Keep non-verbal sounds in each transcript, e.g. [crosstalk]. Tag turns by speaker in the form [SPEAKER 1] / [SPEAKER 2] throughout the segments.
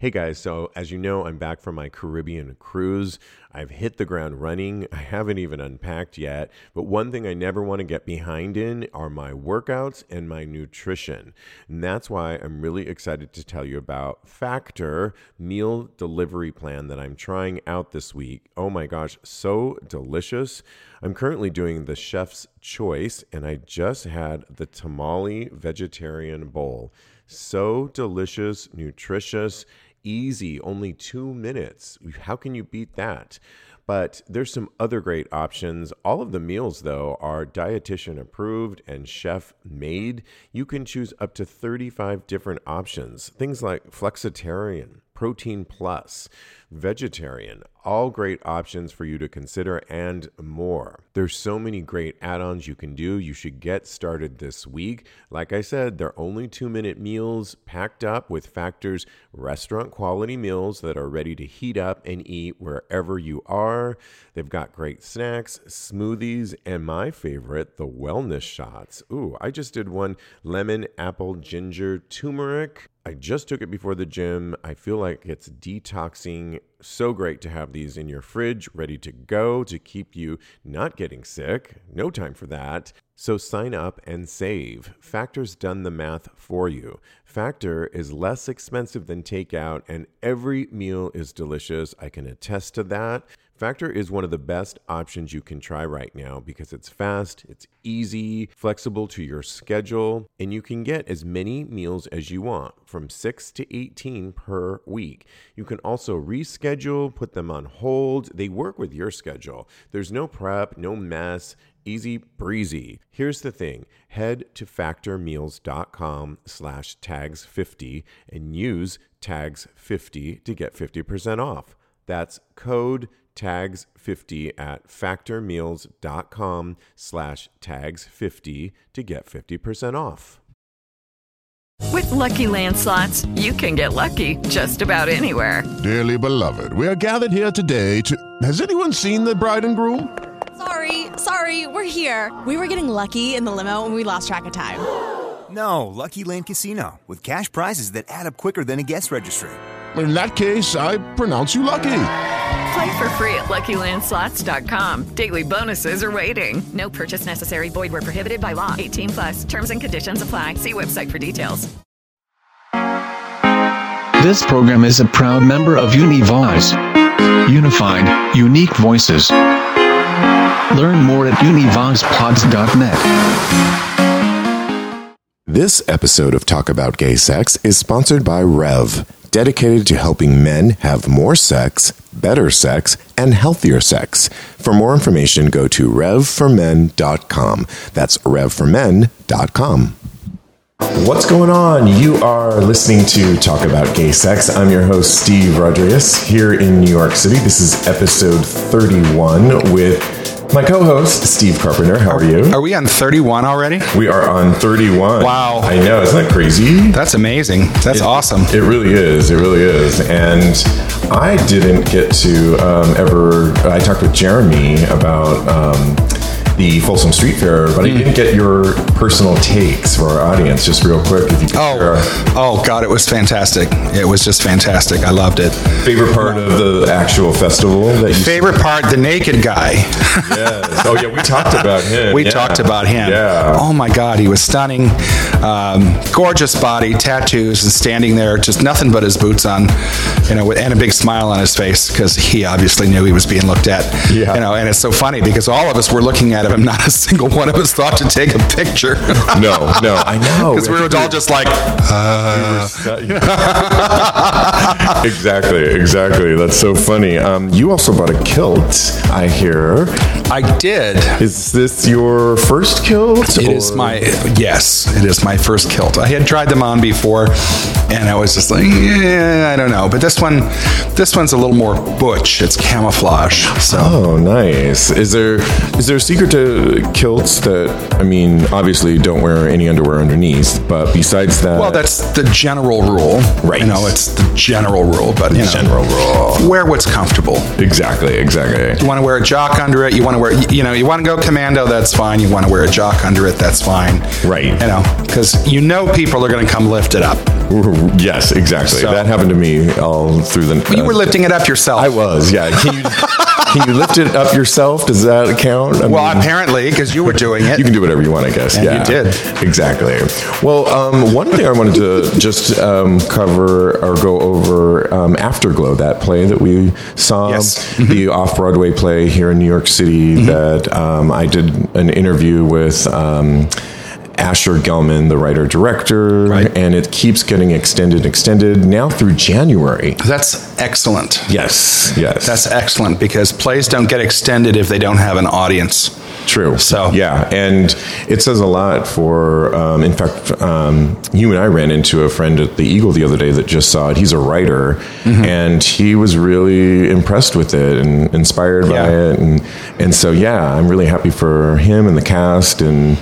[SPEAKER 1] Hey guys, so as you know, I'm back from my Caribbean cruise. I've hit the ground running. [laughs] I haven't even unpacked yet, but one thing I never want to get behind in are my workouts and my nutrition. And that's why I'm really excited to tell you about Factor meal delivery plan that I'm trying out this week. Oh my gosh, so delicious. I'm currently doing the chef's choice and I just had the tamale vegetarian bowl. So delicious, nutritious, easy, only two minutes. How can you beat that? But there's some other great options. All of the meals, though, are dietitian approved and chef made. You can choose up to 35 different options, things like flexitarian, protein plus, vegetarian, all great options for you to consider and more. There's so many great add-ons you can do. You should get started this week. Like I said, they're only 2-minute meals packed up with Factor's restaurant quality meals that are ready to heat up and eat wherever you are. They've got great snacks, smoothies, and my favorite, the wellness shots. Ooh, I just did one lemon, apple, ginger, turmeric. I just took it before the gym. I feel like it's detoxing. So great to have these in your fridge ready to go to keep you not getting sick. No time for that. So sign up and save. Factor's done the math for you. Factor is less expensive than takeout, and every meal is delicious. I can attest to that. Factor is one of the best options you can try right now because it's fast, it's easy, flexible to your schedule, and you can get as many meals as you want from 6 to 18 per week. You can also reschedule, put them on hold. They work with your schedule. There's no prep, no mess easy breezy. Here's the thing. Head to factormeals.com slash tags50 and use tags50 to get 50% off. That's code tags50 at factormeals.com slash tags50 to get 50% off.
[SPEAKER 2] With Lucky Land slots, you can get lucky just about anywhere.
[SPEAKER 3] Dearly beloved, we are gathered here today to... Has anyone seen the bride and groom?
[SPEAKER 4] Sorry, sorry, we're here. We were getting lucky in the limo and we lost track of time.
[SPEAKER 5] No, Lucky Land Casino, with cash prizes that add up quicker than a guest registry.
[SPEAKER 3] In that case, I pronounce you lucky.
[SPEAKER 2] Play for free at LuckyLandSlots.com. Daily bonuses are waiting.
[SPEAKER 6] No purchase necessary. Void where prohibited by law. 18 plus. Terms and conditions apply. See website for details.
[SPEAKER 7] This program is a proud member of Univoice. Unified, unique voices. Learn more at univoxpods.net.
[SPEAKER 8] This episode of Talk About Gay Sex is sponsored by Rev, dedicated to helping men have more sex, better sex, and healthier sex. For more information, go to revformen.com. That's revformen.com. What's going on? You are listening to Talk About Gay Sex. I'm your host, Steve Rodriguez, here in New York City. This is episode 31 with my co host, Steve Carpenter. How are you?
[SPEAKER 9] Are we on 31 already?
[SPEAKER 8] We are on 31.
[SPEAKER 9] Wow.
[SPEAKER 8] I know. Isn't that crazy?
[SPEAKER 9] That's amazing. That's
[SPEAKER 8] It-
[SPEAKER 9] awesome.
[SPEAKER 8] It really is. It really is. And I didn't get to um, ever. I talked with Jeremy about um, the Folsom Street Fair, but I didn't get your personal takes for our audience. Just real quick, if you could share
[SPEAKER 9] Oh, oh God! It was fantastic. It was just fantastic. I loved it.
[SPEAKER 8] favorite part of the actual festival that you
[SPEAKER 9] Favorite part: the naked guy.
[SPEAKER 8] Yes. Oh yeah, we talked about him.
[SPEAKER 9] We
[SPEAKER 8] Yeah.
[SPEAKER 9] talked about him.
[SPEAKER 8] Yeah.
[SPEAKER 9] Oh my God, he was stunning. Um, gorgeous body, tattoos, and standing there, just nothing but his boots on, you know, with- and a big smile on his face because he obviously knew he was being looked at.
[SPEAKER 8] Yeah.
[SPEAKER 9] You know, and it's so funny because all of us were looking at him, and not a [laughs] single one of us thought to take a picture.
[SPEAKER 8] No, no, [laughs] I
[SPEAKER 9] [laughs]
[SPEAKER 8] know.
[SPEAKER 9] Because we were all just like, [laughs] uh,
[SPEAKER 8] exactly, exactly. That's so funny. Um, you also bought a kilt, I hear.
[SPEAKER 9] I did.
[SPEAKER 8] Is this your first kilt?
[SPEAKER 9] It is
[SPEAKER 8] or-
[SPEAKER 9] my yes. It is my first kilt. I had tried them on before, and I was just like, yeah, I don't know. But this one, this one's a little more butch. It's camouflage. So
[SPEAKER 8] Oh, nice. Is there is there a secret to to kilts that, I mean, obviously don't wear any underwear underneath, but besides that.
[SPEAKER 9] Well, that's the general rule.
[SPEAKER 8] Right.
[SPEAKER 9] You know, it's the general rule, but you know,
[SPEAKER 8] General rule.
[SPEAKER 9] Wear what's comfortable.
[SPEAKER 8] Exactly, exactly.
[SPEAKER 9] You want to wear a jock under it. You want to wear, you know, you want to go commando. That's fine. You want to wear a jock under it. That's fine.
[SPEAKER 8] Right.
[SPEAKER 9] You know, because you know people are going to come lift it up.
[SPEAKER 8] Yes, exactly.
[SPEAKER 9] So-
[SPEAKER 8] that happened to me all through the.
[SPEAKER 9] You were
[SPEAKER 8] uh,
[SPEAKER 9] lifting it up yourself.
[SPEAKER 8] I was, yeah. Can you, can you lift it up yourself? Does that count? I
[SPEAKER 9] Well,
[SPEAKER 8] mean-
[SPEAKER 9] apparently, because you were doing it.
[SPEAKER 8] You can do whatever you want, I guess.
[SPEAKER 9] And you
[SPEAKER 8] yeah,
[SPEAKER 9] did.
[SPEAKER 8] exactly. Well, um, one thing I wanted to just um, cover or go over um, Afterglow, that play that we saw,
[SPEAKER 9] Yes. Mm-hmm.
[SPEAKER 8] the off Broadway play here in New York City. That um, I did an interview with. Um, Asher Gelman, the writer director,
[SPEAKER 9] Right.
[SPEAKER 8] and it keeps getting extended, extended now through January.
[SPEAKER 9] That's excellent.
[SPEAKER 8] Yes, yes,
[SPEAKER 9] That's excellent because plays don't get extended if they don't have an audience.
[SPEAKER 8] True.
[SPEAKER 9] So-
[SPEAKER 8] yeah, and it says a lot for. Um, in fact, um, you and I ran into a friend at the Eagle the other day that just saw it. He's a writer,
[SPEAKER 9] Mm-hmm.
[SPEAKER 8] and he was really impressed with it and inspired by
[SPEAKER 9] Yeah.
[SPEAKER 8] it, and and so yeah, I'm really happy for him and the cast and.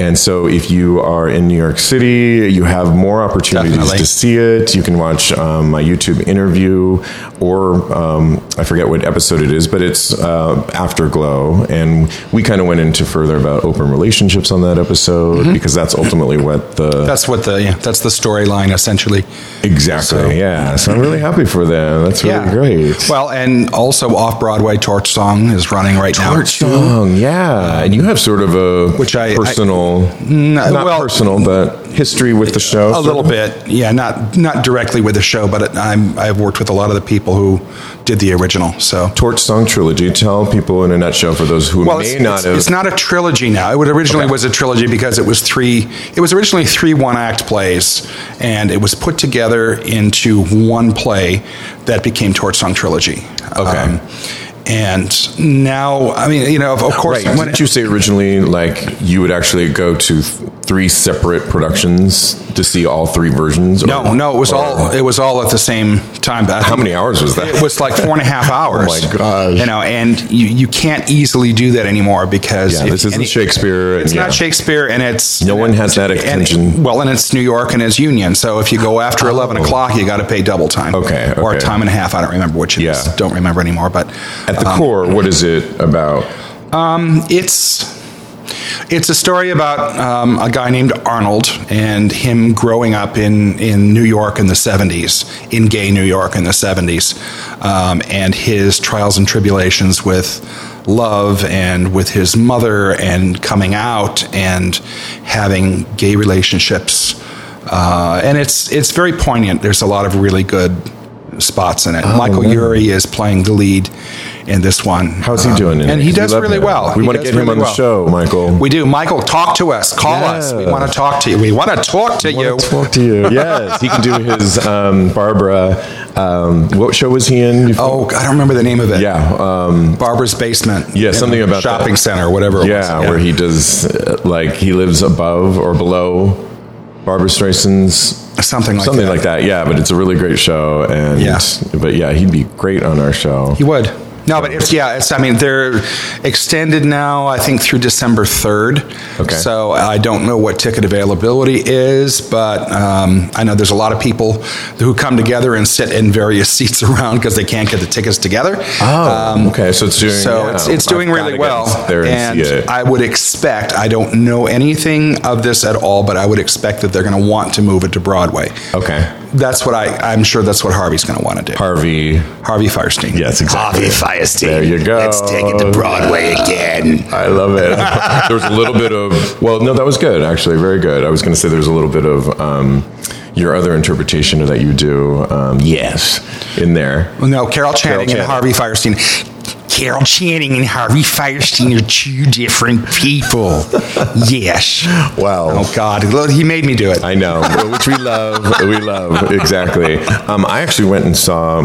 [SPEAKER 8] And so, if you are in New York City, you have more opportunities
[SPEAKER 9] Definitely.
[SPEAKER 8] to see it. You can watch um, my YouTube interview, or um, I forget what episode it is, but it's uh, Afterglow. And we kind of went into further about open relationships on that episode
[SPEAKER 9] Mm-hmm.
[SPEAKER 8] because that's ultimately what the.
[SPEAKER 9] That's what the yeah, that's the storyline essentially.
[SPEAKER 8] exactly. yeah. So I'm really happy for them. That's really great.
[SPEAKER 9] Well, and also off Broadway, Torch Song is running right
[SPEAKER 8] Torch
[SPEAKER 9] now.
[SPEAKER 8] Song, Um, yeah, and you have sort of a
[SPEAKER 9] Which I- I-
[SPEAKER 8] personal, not
[SPEAKER 9] well-
[SPEAKER 8] personal, but history with the show.
[SPEAKER 9] A little bit, yeah. Not not directly with the show, but I'm I've worked with a lot of the people who did the original. So
[SPEAKER 8] Torch Song trilogy. Tell people in a nutshell for those who
[SPEAKER 9] well,
[SPEAKER 8] may
[SPEAKER 9] it's,
[SPEAKER 8] not
[SPEAKER 9] it's,
[SPEAKER 8] have.
[SPEAKER 9] it's not a trilogy now. It would originally was a trilogy because it was three. It was originally three one act plays, and it was put together into one play that became Torch Song Trilogy. Um,
[SPEAKER 8] Okay.
[SPEAKER 9] and now, I mean, you know, of, of course,
[SPEAKER 8] Right.
[SPEAKER 9] when
[SPEAKER 8] Didn't you say originally, like, you would actually go to th- three separate productions to see all three versions? or-
[SPEAKER 9] no, no, it was
[SPEAKER 8] or-
[SPEAKER 9] all it was all at the same time. but I
[SPEAKER 8] Oh. How
[SPEAKER 9] think
[SPEAKER 8] many hours was that? Oh
[SPEAKER 9] It was like four and a
[SPEAKER 8] [laughs]
[SPEAKER 9] half hours.
[SPEAKER 8] my gosh.
[SPEAKER 9] You know, and you, you can't easily do that anymore because
[SPEAKER 8] Yeah,
[SPEAKER 9] if-
[SPEAKER 8] this isn't
[SPEAKER 9] and it-
[SPEAKER 8] Shakespeare, and
[SPEAKER 9] It's
[SPEAKER 8] yeah.
[SPEAKER 9] not Shakespeare, and it's
[SPEAKER 8] No one has that
[SPEAKER 9] and-
[SPEAKER 8] attention.
[SPEAKER 9] well, and it's New York and it's Union, so if you go after eleven
[SPEAKER 8] Oh.
[SPEAKER 9] o'clock, you got to pay double time.
[SPEAKER 8] Okay,
[SPEAKER 9] or
[SPEAKER 8] okay.
[SPEAKER 9] time and a half. I don't remember which. It
[SPEAKER 8] Yeah.
[SPEAKER 9] is. don't remember anymore. But
[SPEAKER 8] At
[SPEAKER 9] um,
[SPEAKER 8] the core, what is it about?
[SPEAKER 9] it's it's a story about um, a guy named Arnold and him growing up in, in New York in the 70s, in gay New York in the 70s, um, and his trials and tribulations with love and with his mother and coming out and having gay relationships. Uh, and it's, it's very poignant. There's a lot of really good spots in it.
[SPEAKER 8] Oh,
[SPEAKER 9] Michael Urie is playing the lead in this one.
[SPEAKER 8] How's he
[SPEAKER 9] Um,
[SPEAKER 8] doing? in
[SPEAKER 9] and
[SPEAKER 8] it?
[SPEAKER 9] he
[SPEAKER 8] We
[SPEAKER 9] does
[SPEAKER 8] love
[SPEAKER 9] really
[SPEAKER 8] him.
[SPEAKER 9] well.
[SPEAKER 8] We
[SPEAKER 9] He
[SPEAKER 8] want to
[SPEAKER 9] does
[SPEAKER 8] get him
[SPEAKER 9] really
[SPEAKER 8] on the
[SPEAKER 9] well.
[SPEAKER 8] show, Michael.
[SPEAKER 9] We do. Michael, talk to us. Call us. We
[SPEAKER 8] Yeah.
[SPEAKER 9] want to talk to you. We want to talk to you.
[SPEAKER 8] want to talk to you. yes, he can do his um, Barbara. Um, what show was he in? before?
[SPEAKER 9] Oh, I don't remember the name of it.
[SPEAKER 8] yeah. Um,
[SPEAKER 9] Barbara's Basement.
[SPEAKER 8] Yeah, something about
[SPEAKER 9] shopping
[SPEAKER 8] that.
[SPEAKER 9] center, whatever. it
[SPEAKER 8] yeah,
[SPEAKER 9] was.
[SPEAKER 8] where he does uh, like he lives above or below Barbara Streisand's
[SPEAKER 9] Something like
[SPEAKER 8] something
[SPEAKER 9] that.
[SPEAKER 8] like that. Yeah, but it's a really great show, and
[SPEAKER 9] Yeah.
[SPEAKER 8] but yeah, he'd be great on our show.
[SPEAKER 9] He would. No, but it's yeah. It's I mean they're extended now. I think through December third.
[SPEAKER 8] Okay.
[SPEAKER 9] So I don't know what ticket availability is, but um, I know there's a lot of people who come together and sit in various [laughs] seats around because they can't get the tickets together. Um,
[SPEAKER 8] Oh, okay, so it's doing-
[SPEAKER 9] so
[SPEAKER 8] yeah,
[SPEAKER 9] it's, it's
[SPEAKER 8] I've
[SPEAKER 9] doing
[SPEAKER 8] gotta
[SPEAKER 9] really
[SPEAKER 8] get
[SPEAKER 9] well.
[SPEAKER 8] there and
[SPEAKER 9] and
[SPEAKER 8] see it.
[SPEAKER 9] I would expect. I don't know anything of this at all, but I would expect that they're going to want to move it to Broadway.
[SPEAKER 8] okay,
[SPEAKER 9] That's what I. I'm sure that's what Harvey's going to want to do.
[SPEAKER 8] Harvey.
[SPEAKER 9] Harvey Firestein.
[SPEAKER 8] Yes, exactly.
[SPEAKER 10] Harvey Fierstein.
[SPEAKER 8] There you go.
[SPEAKER 10] Let's take it to Broadway again.
[SPEAKER 8] I love it. [laughs] there was a little bit of well, no, that was good actually, very good. I was going to say there was a little bit of um, your other interpretation that you do. Um, yes, in there.
[SPEAKER 9] Well, No, Carol Channing,
[SPEAKER 8] Channing.
[SPEAKER 9] and Harvey Firestein. Carol Channing and Harvey Firestein are two different
[SPEAKER 8] [laughs]
[SPEAKER 9] people. yes.
[SPEAKER 8] Wow.
[SPEAKER 9] Oh God, Look, he made me do it.
[SPEAKER 8] I know, which we love. We love exactly. Um, I actually went and saw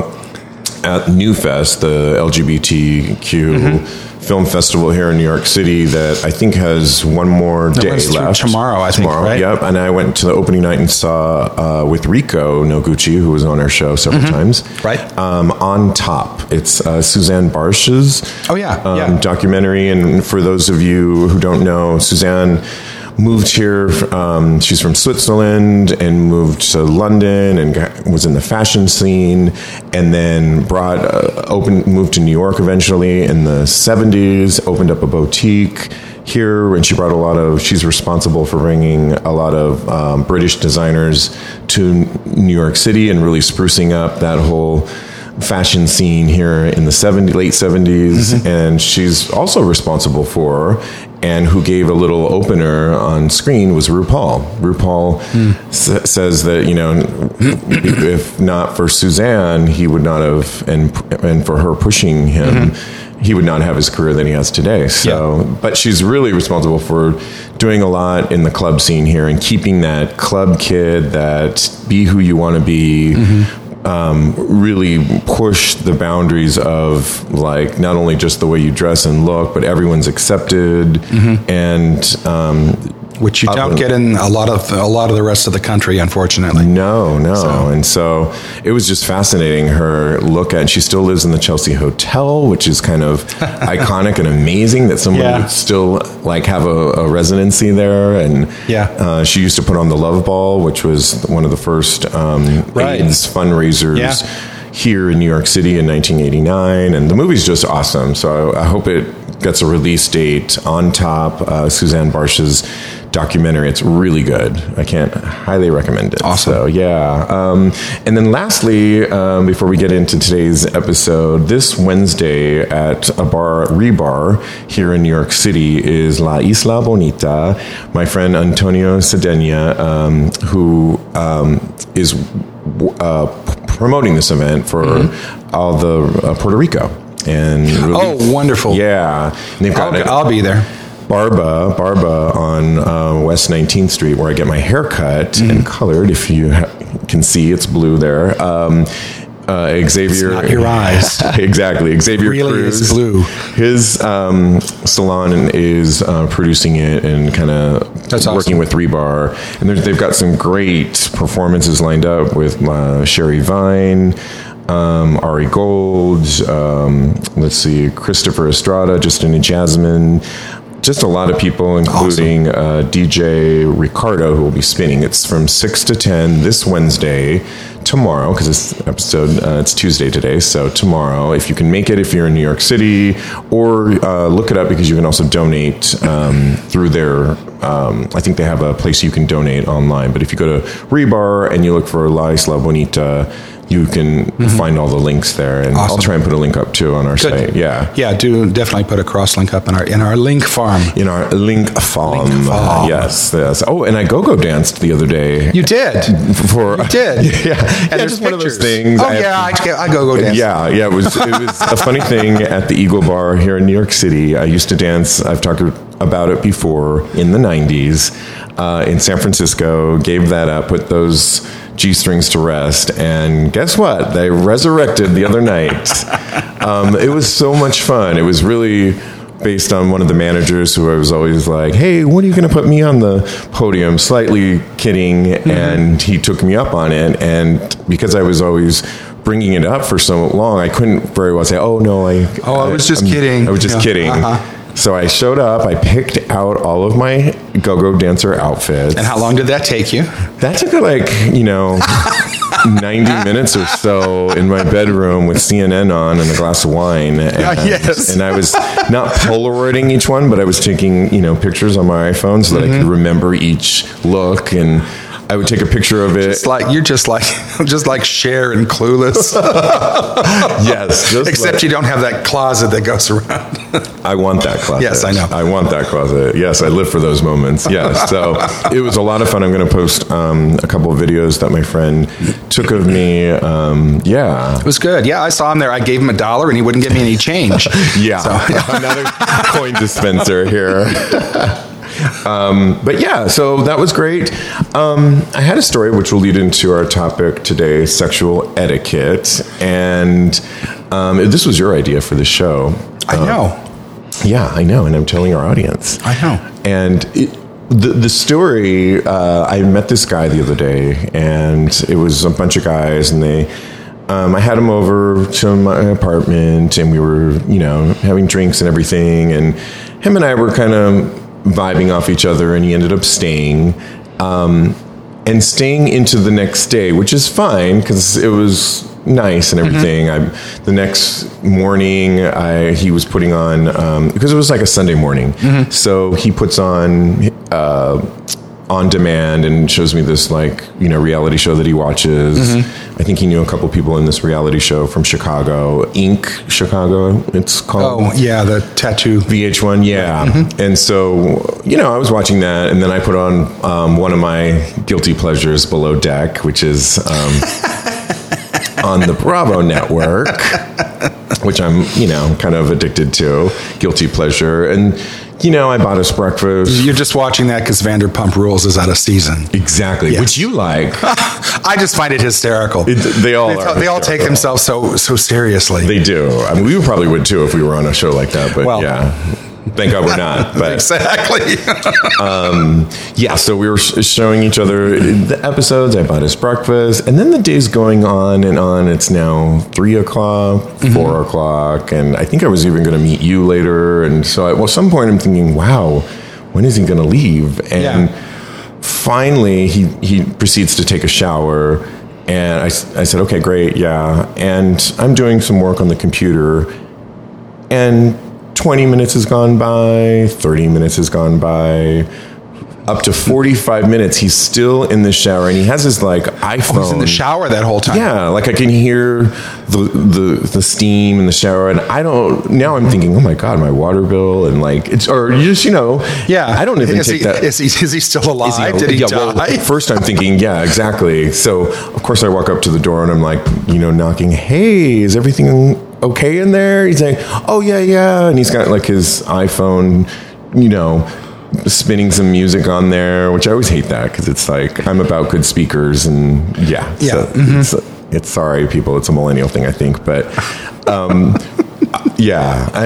[SPEAKER 8] at NewFest, the LGBTQ
[SPEAKER 9] Mhm.
[SPEAKER 8] film festival here in New York City, that I think has one more
[SPEAKER 9] That
[SPEAKER 8] day
[SPEAKER 9] runs through
[SPEAKER 8] left.
[SPEAKER 9] tomorrow, I think, right?
[SPEAKER 8] Yep. And I went to the opening night and saw uh, with Rico Noguchi, who was on our show several
[SPEAKER 9] Mhm.
[SPEAKER 8] times.
[SPEAKER 9] Right.
[SPEAKER 8] Um, on top, it's uh, Suzanne Barsh's
[SPEAKER 9] Oh yeah,
[SPEAKER 8] um,
[SPEAKER 9] yeah.
[SPEAKER 8] documentary. And for those of you who don't know, Suzanne moved here. Um, she's from Switzerland and moved to London and got, was in the fashion scene, and then brought uh, open moved to New York eventually in the '70s. Opened up a boutique here, and she brought a lot of. She's responsible for bringing a lot of um, British designers to New York City and really sprucing up that whole fashion scene here in the 70, late 70s and she's also responsible for and who gave a little opener on screen was RuPaul. RuPaul s- says that you know if not for Suzanne he would not have and and for her pushing him he would not have his career that he has today. So but she's really responsible for doing a lot in the club scene here and keeping that club kid that be who you want to be um, really push the boundaries of like not only just the way you dress and look, but everyone's accepted and um,
[SPEAKER 9] which you don't get in a lot of a lot of the rest of the country, unfortunately.
[SPEAKER 8] no, no. And so it was just fascinating her look at. And she still lives in the Chelsea Hotel, which is
[SPEAKER 9] [laughs]
[SPEAKER 8] kind of iconic and amazing that someone
[SPEAKER 9] Yeah.
[SPEAKER 8] would still like have a, a residency there. And
[SPEAKER 9] Yeah.
[SPEAKER 8] uh, she used to put on the Love Ball, which was one of the first um,
[SPEAKER 9] Right.
[SPEAKER 8] AIDS fundraisers.
[SPEAKER 9] Yeah.
[SPEAKER 8] Here in New York City in 1989, and the movie's just awesome. So I, I hope it gets a release date on top. Uh, Suzanne Barsh's documentary. It's really good. I can't highly recommend it.
[SPEAKER 9] Awesome.
[SPEAKER 8] So, yeah. Um, and then lastly, um, before we get into today's episode, this Wednesday at a bar, Rebar, here in New York City is La Isla Bonita. My friend Antonio Cedena, um, who um, is uh, p- promoting this event for all the uh, Puerto Rico. And
[SPEAKER 9] Mm-hmm.
[SPEAKER 8] really-
[SPEAKER 9] Oh, wonderful.
[SPEAKER 8] yeah, and they've got
[SPEAKER 9] I'll, I'll be there.
[SPEAKER 8] Barba, Barba on uh, West 19th Street, where I get my hair cut
[SPEAKER 9] Mm-hmm.
[SPEAKER 8] and colored. If you ha- can see, it's blue there. Um, uh, Xavier,
[SPEAKER 9] not your eyes.
[SPEAKER 8] [laughs] exactly. Xavier
[SPEAKER 9] Really
[SPEAKER 8] Cruz,
[SPEAKER 9] is blue.
[SPEAKER 8] His um, salon is uh, producing it and kind of
[SPEAKER 9] That's awesome.
[SPEAKER 8] working with Rebar, and there's- they've got some great performances lined up with uh, Sherry Vine. Um, Ari Gold, um, let's see, Christopher Estrada, Justina Jasmine, just a lot of people, including uh, DJ Ricardo, who will be spinning. It's from 6 to 10 this Wednesday, tomorrow, because this episode, uh, it's Tuesday today, so tomorrow, if you can make it, if you're in New York City, or uh, look it up because you can also donate um, through their, um, I think they have a place you can donate online, but if you go to Rebar and you look for La Isla Bonita, you can find all the links there, and I'll
[SPEAKER 9] Awesome.
[SPEAKER 8] try and put a link up too on our
[SPEAKER 9] Good.
[SPEAKER 8] site. Yeah
[SPEAKER 9] Yeah, do definitely put a cross link up in our in our link farm.
[SPEAKER 8] in our link farm.
[SPEAKER 9] farm.
[SPEAKER 8] Yes, yes. Oh, and I go-go danced the other day.
[SPEAKER 9] You
[SPEAKER 8] [laughs]
[SPEAKER 9] did.
[SPEAKER 8] for
[SPEAKER 9] You did.
[SPEAKER 8] [laughs] yeah.
[SPEAKER 9] And
[SPEAKER 8] yeah,
[SPEAKER 9] there's
[SPEAKER 8] just one of those
[SPEAKER 9] pictures.
[SPEAKER 8] things.
[SPEAKER 9] Oh
[SPEAKER 8] I have-
[SPEAKER 9] yeah, I, I go go dance.
[SPEAKER 8] yeah, yeah, it was it was a funny thing at the Eagle Bar here in New York City. I used to dance. I've talked about it before in the '90s uh, in San Francisco. Gave that up, put those g strings to rest, and guess what? They resurrected the other night. Um, it was so much fun. It was really based on one of the managers who I was always like, "Hey, when are you going to put me on the podium?" Slightly kidding,
[SPEAKER 9] Mm-hmm.
[SPEAKER 8] and he took me up on it. And because I was always bringing it up for so long, I couldn't very well say, "Oh no, I."
[SPEAKER 9] Oh, I was just
[SPEAKER 8] I'm-
[SPEAKER 9] kidding.
[SPEAKER 8] I was just
[SPEAKER 9] Yeah.
[SPEAKER 8] kidding.
[SPEAKER 9] Uh-huh.
[SPEAKER 8] So I showed up. I picked out all of my go-go dancer outfits.
[SPEAKER 9] And how long did that take you?
[SPEAKER 8] That took like, you know, 90 minutes or so in my bedroom with CNN on and a glass of wine. And,
[SPEAKER 9] yes.
[SPEAKER 8] and I was not Polaroiding each one, but I was taking, you know, pictures on my iPhone so that
[SPEAKER 9] Mm-hmm.
[SPEAKER 8] I could remember each look. And I would take a picture of it.
[SPEAKER 9] It's like you're just like [laughs] just like Cher and Clueless.
[SPEAKER 8] yes. [laughs]
[SPEAKER 9] [laughs]
[SPEAKER 8] just
[SPEAKER 9] Except
[SPEAKER 8] like-
[SPEAKER 9] you don't have that closet that goes around.
[SPEAKER 8] I want that closet.
[SPEAKER 9] Yes, I know.
[SPEAKER 8] I want that closet. Yes, I live for those moments.
[SPEAKER 9] [laughs]
[SPEAKER 8] Yes. So it was a lot of fun. I'm going to post um, a couple of videos that my friend took of me. Um, yeah.
[SPEAKER 9] It was good. Yeah, I saw him there. I gave him a dollar and he wouldn't give me any
[SPEAKER 8] [laughs]
[SPEAKER 9] change.
[SPEAKER 8] Yeah, another [laughs] coin dispenser here. um, but yeah, so that was great. Um, I had a story which will lead into our topic today sexual etiquette. And um, this was your idea for the show.
[SPEAKER 9] I
[SPEAKER 8] Um,
[SPEAKER 9] know.
[SPEAKER 8] Yeah, I know. And I'm telling our audience.
[SPEAKER 9] I know.
[SPEAKER 8] And it, the, the story, uh, I met this guy the other day, and it was a bunch of guys, and they, um, I had him over to my apartment, and we were, you know, having drinks and everything, and him and I were kind of vibing off each other, and he ended up staying. Um, and staying into the next day, which is fine because it was nice and everything. I, the next morning, I, he was putting on um, because it was like a Sunday morning, so he puts on uh, on demand and shows me this like you know reality show that he watches. I think he knew a couple people in this reality show from Chicago, Inc. Chicago, it's called.
[SPEAKER 9] Oh, yeah, the tattoo.
[SPEAKER 8] VH1, yeah.
[SPEAKER 9] Mm-hmm.
[SPEAKER 8] And so, you know, I was watching that, and then I put on um, one of my guilty pleasures, Below Deck, which
[SPEAKER 9] [laughs]
[SPEAKER 8] is um, on the Bravo network, which I'm, you know, kind of addicted to, guilty pleasure. And, you know, I bought us breakfast.
[SPEAKER 9] You're just watching that because Vanderpump Rules is out of season.
[SPEAKER 8] Exactly, which you
[SPEAKER 9] [laughs]
[SPEAKER 8] like.
[SPEAKER 9] I just find it hysterical.
[SPEAKER 8] It- they all
[SPEAKER 9] They,
[SPEAKER 8] are
[SPEAKER 9] they all take
[SPEAKER 8] hysterical.
[SPEAKER 9] themselves so so seriously.
[SPEAKER 8] They do. I mean, we probably would too if we were on a show like that, but
[SPEAKER 9] Well-
[SPEAKER 8] yeah. Thank God
[SPEAKER 9] [laughs]
[SPEAKER 8] we're not. But [laughs]
[SPEAKER 9] exactly.
[SPEAKER 8] yeah, so we were sh- showing each other the episodes. I bought us breakfast, and then the day's going on and on. It's now three o'clock, four o'clock, and I think I was even going to meet you later. And so, at well, some point, I'm thinking, "Wow, when is he going to leave?" And
[SPEAKER 9] Yeah.
[SPEAKER 8] finally, he he proceeds to take a shower, and I s- I said, "Okay, great, yeah." And I'm doing some work on the computer, and 20 minutes has gone by, 30 minutes has gone by, up to 45 minutes. He's still in the shower and he has his like iPhone.
[SPEAKER 9] He's in the shower that whole time.
[SPEAKER 8] Yeah, like I can hear the, the the steam in the shower, and I don't. Now I'm thinking, oh my god, my water bill, and like it's or you just you know,
[SPEAKER 9] Yeah.
[SPEAKER 8] I don't even
[SPEAKER 9] is
[SPEAKER 8] take
[SPEAKER 9] he,
[SPEAKER 8] that.
[SPEAKER 9] Is he, is he still
[SPEAKER 8] Is
[SPEAKER 9] alive?
[SPEAKER 8] al-
[SPEAKER 9] Did he
[SPEAKER 8] yeah,
[SPEAKER 9] die?
[SPEAKER 8] well, at [laughs] first, I'm thinking, yeah, exactly. So, of course, I walk up to the door and I'm like, you know, knocking. Hey, is everything okay in there? He's like, oh yeah, yeah, and he's got like his iPhone, you know, spinning some music on there, which I always hate that because it's like I'm about good speakers and yeah,
[SPEAKER 9] Yeah, mm-hmm.
[SPEAKER 8] it's, it's sorry, people, it's a millennial thing, I think, but. Um, yeah, I,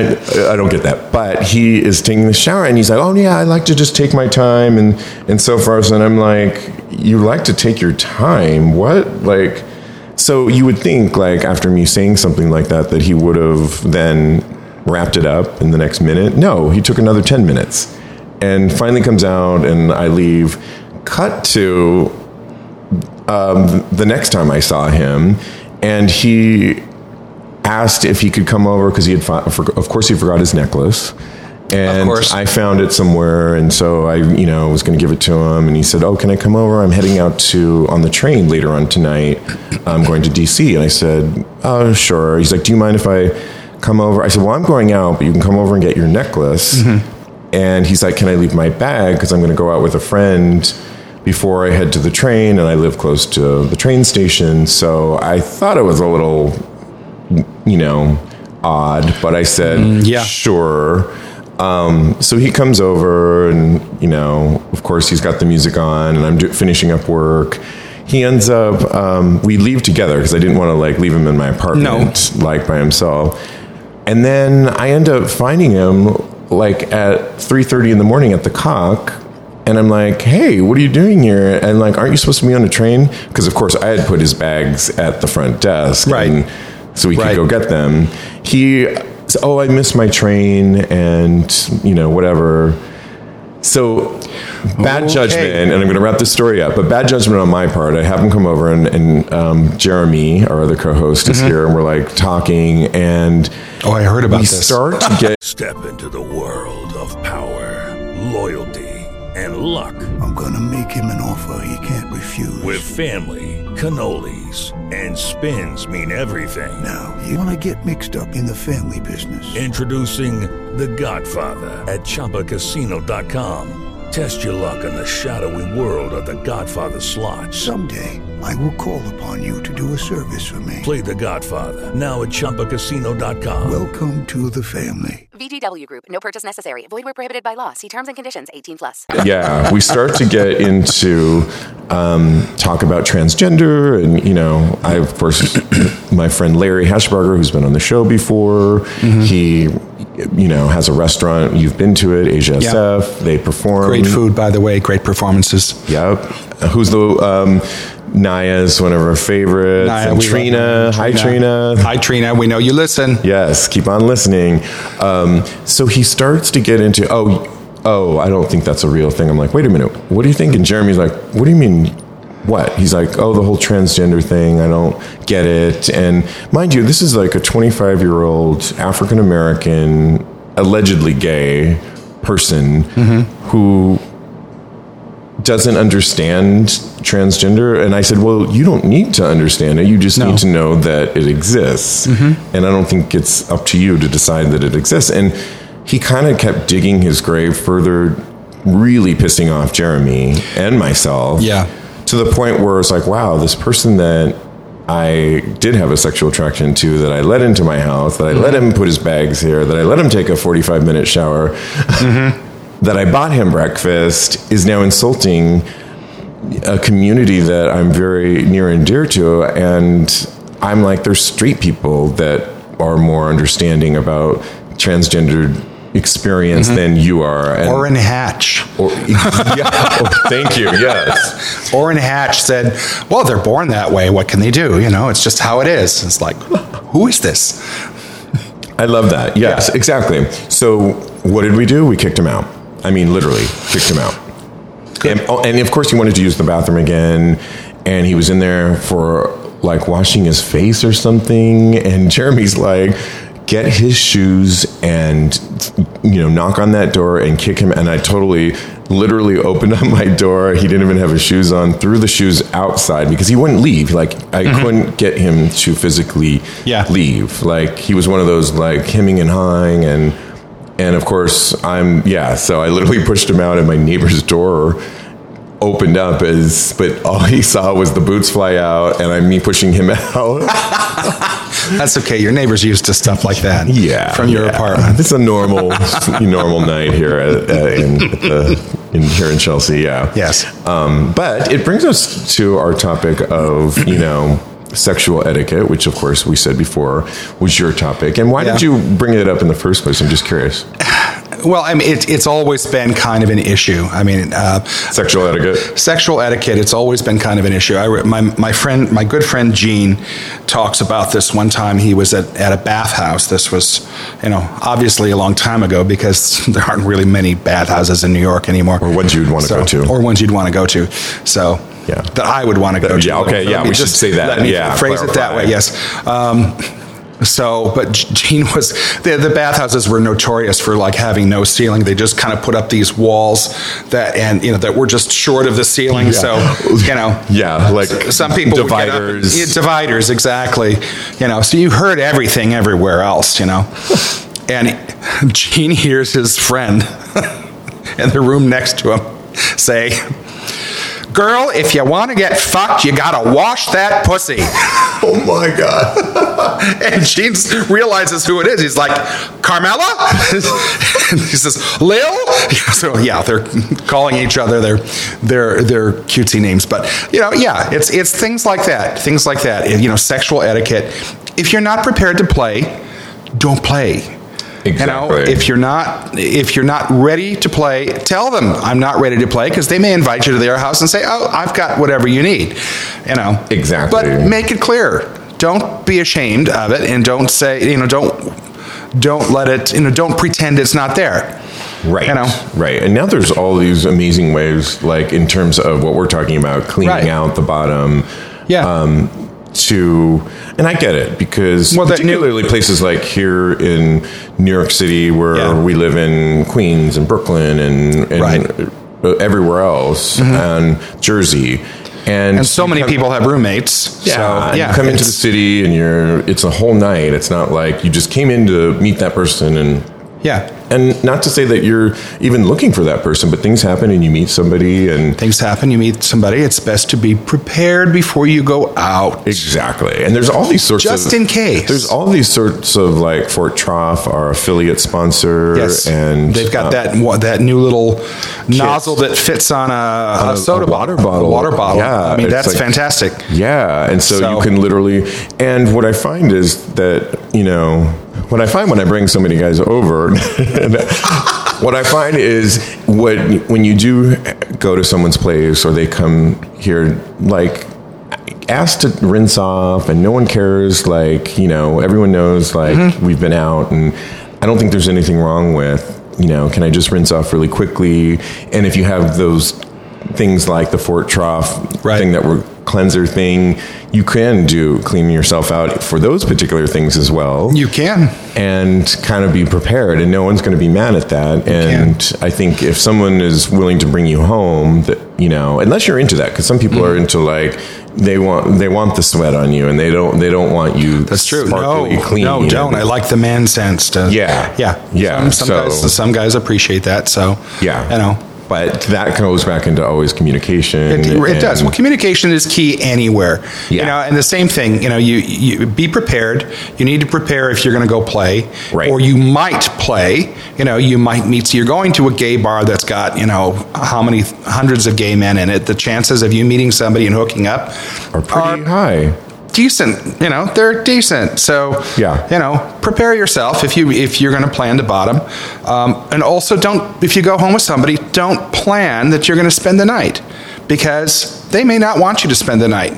[SPEAKER 8] I don't get that. But he is taking the shower and he's like, oh, yeah, I like to just take my time and, and so forth. And I'm like, you like to take your time? What? Like, so you would think, like, after me saying something like that, that he would have then wrapped it up in the next minute. No, he took another 10 minutes and finally comes out and I leave. Cut to um, the next time I saw him and he asked if he could come over because he had, fi- for- of course, he forgot his necklace. And
[SPEAKER 9] course.
[SPEAKER 8] I found it somewhere, and so I, you know, was going to give it to him. And he said, "Oh, can I come over? I'm heading out to on the train later on tonight. I'm going to DC." And I said, "Oh, sure." He's like, "Do you mind if I come over?" I said, "Well, I'm going out, but you can come over and get your necklace." And he's like, "Can I leave my bag? Because I'm going to go out with a friend." Before I head to the train, and I live close to the train station, so I thought it was a little you know, odd, but I said,
[SPEAKER 9] yeah.
[SPEAKER 8] sure. Um, so he comes over, and, you know, of course, he's got the music on, and I'm do- finishing up work. He ends up, um, we leave together because I didn't want to, like, leave him in my apartment, like, by himself. And then I end up finding him, like, at 3.30 in the morning at the Cock. And I'm like, hey, what are you doing here? And like, aren't you supposed to be on a train? Because of course, I had put his bags at the front desk,
[SPEAKER 9] Right.
[SPEAKER 8] and so we could
[SPEAKER 9] Right.
[SPEAKER 8] go get them. He, said, oh, I missed my train, and you know whatever. So bad
[SPEAKER 9] Okay.
[SPEAKER 8] judgment, and I'm going to wrap this story up. But bad judgment on my part. I have him come over, and, and um, Jeremy, our other co-host, is here, and we're like talking, and
[SPEAKER 9] Oh, I heard Mm-hmm. about
[SPEAKER 8] we
[SPEAKER 9] this.
[SPEAKER 8] start to get
[SPEAKER 11] Step into the world of power, loyalty, and luck.
[SPEAKER 10] I'm gonna make him an offer he can't refuse.
[SPEAKER 11] With family, cannolis, and spins mean everything.
[SPEAKER 10] now, you wanna get mixed up in the family business.
[SPEAKER 11] Introducing The Godfather at ChumbaCasino.com. Test your luck in the shadowy world of The Godfather slots.
[SPEAKER 10] Someday, I will call upon you to do a service for me.
[SPEAKER 11] Play the Godfather now at ChumbaCasino.com.
[SPEAKER 10] Welcome to the family.
[SPEAKER 12] VGW Group. No purchase necessary. Void where prohibited by law. See terms and conditions. 18 plus.
[SPEAKER 8] [laughs] yeah, we start to get into um, talk about transgender, and you know, I of course, my friend Larry Hashbarger, who's been on the show before,
[SPEAKER 9] Mm-hmm.
[SPEAKER 8] he, you know, has a restaurant. You've been to it, Asia
[SPEAKER 9] Yeah.
[SPEAKER 8] SF. They perform
[SPEAKER 9] Great food, by the way. Great performances.
[SPEAKER 8] Yep. Who's the um, Naya is one of our favorites.
[SPEAKER 9] Naya,
[SPEAKER 8] and
[SPEAKER 9] we love
[SPEAKER 8] Trina.
[SPEAKER 9] Naya.
[SPEAKER 8] Hi,
[SPEAKER 9] Trina.
[SPEAKER 8] Trina.
[SPEAKER 9] Hi, Trina. We know you listen.
[SPEAKER 8] Yes, keep on listening. Um, so he starts to get into, oh, oh, I don't think that's a real thing. I'm like, wait a minute, what do you think? And Jeremy's like, what do you mean? What? He's like, oh, the whole transgender thing, I don't get it. And mind you, this is like a 25 year old African American, allegedly gay person
[SPEAKER 9] Mm-hmm.
[SPEAKER 8] who doesn't understand transgender and i said well you don't need to understand it you just need to know that it exists and i don't think it's up to you to decide that it exists and he kind of kept digging his grave further really pissing off jeremy and myself
[SPEAKER 9] Yeah.
[SPEAKER 8] to the point where it's like wow this person that I did have a sexual attraction to that I let into my house, that I let him put his bags here, that I let him take a 45 minute shower, [laughs] that I bought him breakfast is now insulting a community that I'm very near and dear to. And I'm like, there's street people that are more understanding about transgendered experience than you are. And,
[SPEAKER 9] Orrin Hatch.
[SPEAKER 8] Or, [laughs] yeah, oh, thank you. Yes.
[SPEAKER 9] Orrin Hatch said, Well, they're born that way. What can they do? You know, it's just how it is. It's like, who is this?
[SPEAKER 8] I love that. Yes, exactly. So what did we do? We kicked him out. I mean, literally kicked him out. And, oh, and of course, he wanted to use the bathroom again, and he was in there for like washing his face or something. And [laughs] Jeremy's like, "Get his shoes and you know, knock on that door and kick him." And I totally, literally opened [laughs] up my door. He didn't even have his shoes on. Threw the shoes outside because he wouldn't leave. Like I couldn't get him to physically
[SPEAKER 9] Yeah.
[SPEAKER 8] leave. Like he was one of those like hemming and hawing and and of course, I'm yeah. So I literally [laughs] pushed him out, and my neighbor's door opened up. As but all he saw was the boots fly out, and I'm me pushing him [laughs] out.
[SPEAKER 9] That's okay. Your neighbor's used to stuff like that.
[SPEAKER 8] Yeah,
[SPEAKER 9] From your
[SPEAKER 8] yeah. [laughs]
[SPEAKER 9] apartment.
[SPEAKER 8] It's a normal normal night here at, at, in, at the, in here in Chelsea. Yeah.
[SPEAKER 9] Yes.
[SPEAKER 8] Um, but it brings us to our topic of you know sexual etiquette, which of course we said before was your topic. And why did
[SPEAKER 9] Yeah.
[SPEAKER 8] you bring it up in the first place? I'm just curious.
[SPEAKER 9] Well, I mean, it, it's always been kind of an issue. I mean, uh,
[SPEAKER 8] Sexual etiquette.
[SPEAKER 9] sexual etiquette it's always been kind of an issue I, re- my, my friend my good friend gene talks about this one time he was at, at a bathhouse this was you know obviously a long time ago because [laughs] there aren't really many bathhouses in new york anymore
[SPEAKER 8] Or ones you'd want to
[SPEAKER 9] So-
[SPEAKER 8] go to.
[SPEAKER 9] or ones you'd want to go to so
[SPEAKER 8] Yeah.
[SPEAKER 9] that i would want to go
[SPEAKER 8] That-
[SPEAKER 9] to
[SPEAKER 8] yeah, okay,
[SPEAKER 9] Let
[SPEAKER 8] yeah,
[SPEAKER 9] me
[SPEAKER 8] we should say that,
[SPEAKER 9] let me
[SPEAKER 8] yeah,
[SPEAKER 9] phrase it that
[SPEAKER 8] clarify.
[SPEAKER 9] way yes um, so, but G- Gene was the, the bathhouses were notorious for like having no ceiling. They just kind of put up these walls that and you know that were just short of the ceiling. So you know,
[SPEAKER 8] [laughs] Yeah, like
[SPEAKER 9] some people would get up-
[SPEAKER 8] dividers.
[SPEAKER 9] Yeah, dividers exactly. You know, so you heard everything everywhere else. You know, and Gene hears his friend [laughs] in the room next to him say, "Girl, if you want to get fucked, you gotta wash that pussy."
[SPEAKER 8] [laughs] Oh my god. [laughs]
[SPEAKER 9] And Gene realizes who it is. He's like, Carmela? [laughs] and he says, Lil? [laughs] So yeah, they're calling each other their their their cutesy names. But you know, yeah, it's it's things like that. Things like that. You know, sexual etiquette. If you're not prepared to play, don't play. You know,
[SPEAKER 8] Exactly.
[SPEAKER 9] if you're not if you're not ready to play, tell them I'm not ready to play because they may invite you to their house and say, "Oh, I've got whatever you need." You know.
[SPEAKER 8] Exactly.
[SPEAKER 9] But make it clear. Don't be ashamed of it and don't say, you know, don't don't let it, you know, don't pretend it's not there.
[SPEAKER 8] Right.
[SPEAKER 9] You know.
[SPEAKER 8] Right. And now there's all these amazing ways, like in terms of what we're talking about, cleaning
[SPEAKER 9] Right.
[SPEAKER 8] out the bottom.
[SPEAKER 9] Yeah.
[SPEAKER 8] Um, to and I get it because
[SPEAKER 9] Well, that new-
[SPEAKER 8] particularly places like here in New York City, where
[SPEAKER 9] Yeah.
[SPEAKER 8] we live in Queens and Brooklyn and, and
[SPEAKER 9] Right. Mm-hmm.
[SPEAKER 8] everywhere else, and Jersey, and,
[SPEAKER 9] And so many people have roommates.
[SPEAKER 8] Yeah,
[SPEAKER 9] so,
[SPEAKER 8] you come into the
[SPEAKER 9] it's-
[SPEAKER 8] city and you're. It's a whole night. It's not like you just came in to meet that person and
[SPEAKER 9] Yeah.
[SPEAKER 8] And not to say that you're even looking for that person, but things happen and you meet somebody and
[SPEAKER 9] things happen, you meet somebody. It's best to be prepared before you go out.
[SPEAKER 8] Exactly. And there's all these sorts
[SPEAKER 9] just
[SPEAKER 8] of
[SPEAKER 9] in case.
[SPEAKER 8] There's all these sorts of like Fort Trough, our affiliate sponsor
[SPEAKER 9] Yes,
[SPEAKER 8] and
[SPEAKER 9] they've got
[SPEAKER 8] um,
[SPEAKER 9] that wa- that new little nozzle that fits on a, a soda
[SPEAKER 8] a water
[SPEAKER 9] bottle,
[SPEAKER 8] bottle.
[SPEAKER 9] A water bottle.
[SPEAKER 8] Yeah,
[SPEAKER 9] I mean
[SPEAKER 8] it's
[SPEAKER 9] that's
[SPEAKER 8] like-
[SPEAKER 9] fantastic.
[SPEAKER 8] Yeah, and so,
[SPEAKER 9] So-
[SPEAKER 8] you can literally. And what I find is that you know what I find when I bring so many guys over. [laughs] what I find is what when you do go to someone's place or they come here, like asked to rinse off and no one cares like you know everyone knows like we've been out and i don't think there's anything wrong with you know can i just rinse off really quickly and if you have those things like the fort trough thing that were cleanser thing you can do clean yourself out for those particular things as well
[SPEAKER 9] You can.
[SPEAKER 8] and kind of be prepared and no one's going to be mad at that and i think if someone is willing to bring you home that you know unless you're into that because some people
[SPEAKER 9] Mm-hmm.
[SPEAKER 8] are into like they want they want the sweat on you and they don't they don't want you that's true
[SPEAKER 9] No,
[SPEAKER 8] sparkly, clean
[SPEAKER 9] no,
[SPEAKER 8] and
[SPEAKER 9] don't. I
[SPEAKER 8] everything.
[SPEAKER 9] like the man sense. To,
[SPEAKER 8] Yeah.
[SPEAKER 9] yeah,
[SPEAKER 8] Yeah,
[SPEAKER 9] Some, some
[SPEAKER 8] so-
[SPEAKER 9] guys, some guys appreciate that. So
[SPEAKER 8] yeah
[SPEAKER 9] you know.
[SPEAKER 8] but that goes back into always communication
[SPEAKER 9] It, it
[SPEAKER 8] and-
[SPEAKER 9] does. Well, communication is key anywhere. You know, and the same thing. You know, you, you be prepared. You need to prepare if you're going to go play, right. or you might play. You know, you might meet. So you're going to a gay bar that's got you know how many hundreds of gay men in it. The chances of you meeting somebody and hooking up
[SPEAKER 8] are pretty high
[SPEAKER 9] decent. You know, they're decent. So
[SPEAKER 8] Yeah.
[SPEAKER 9] you know, prepare yourself if you if you're going to plan to bottom, um, and also don't if you go home with somebody, don't plan that you're going to spend the night because they may not want you to spend the night.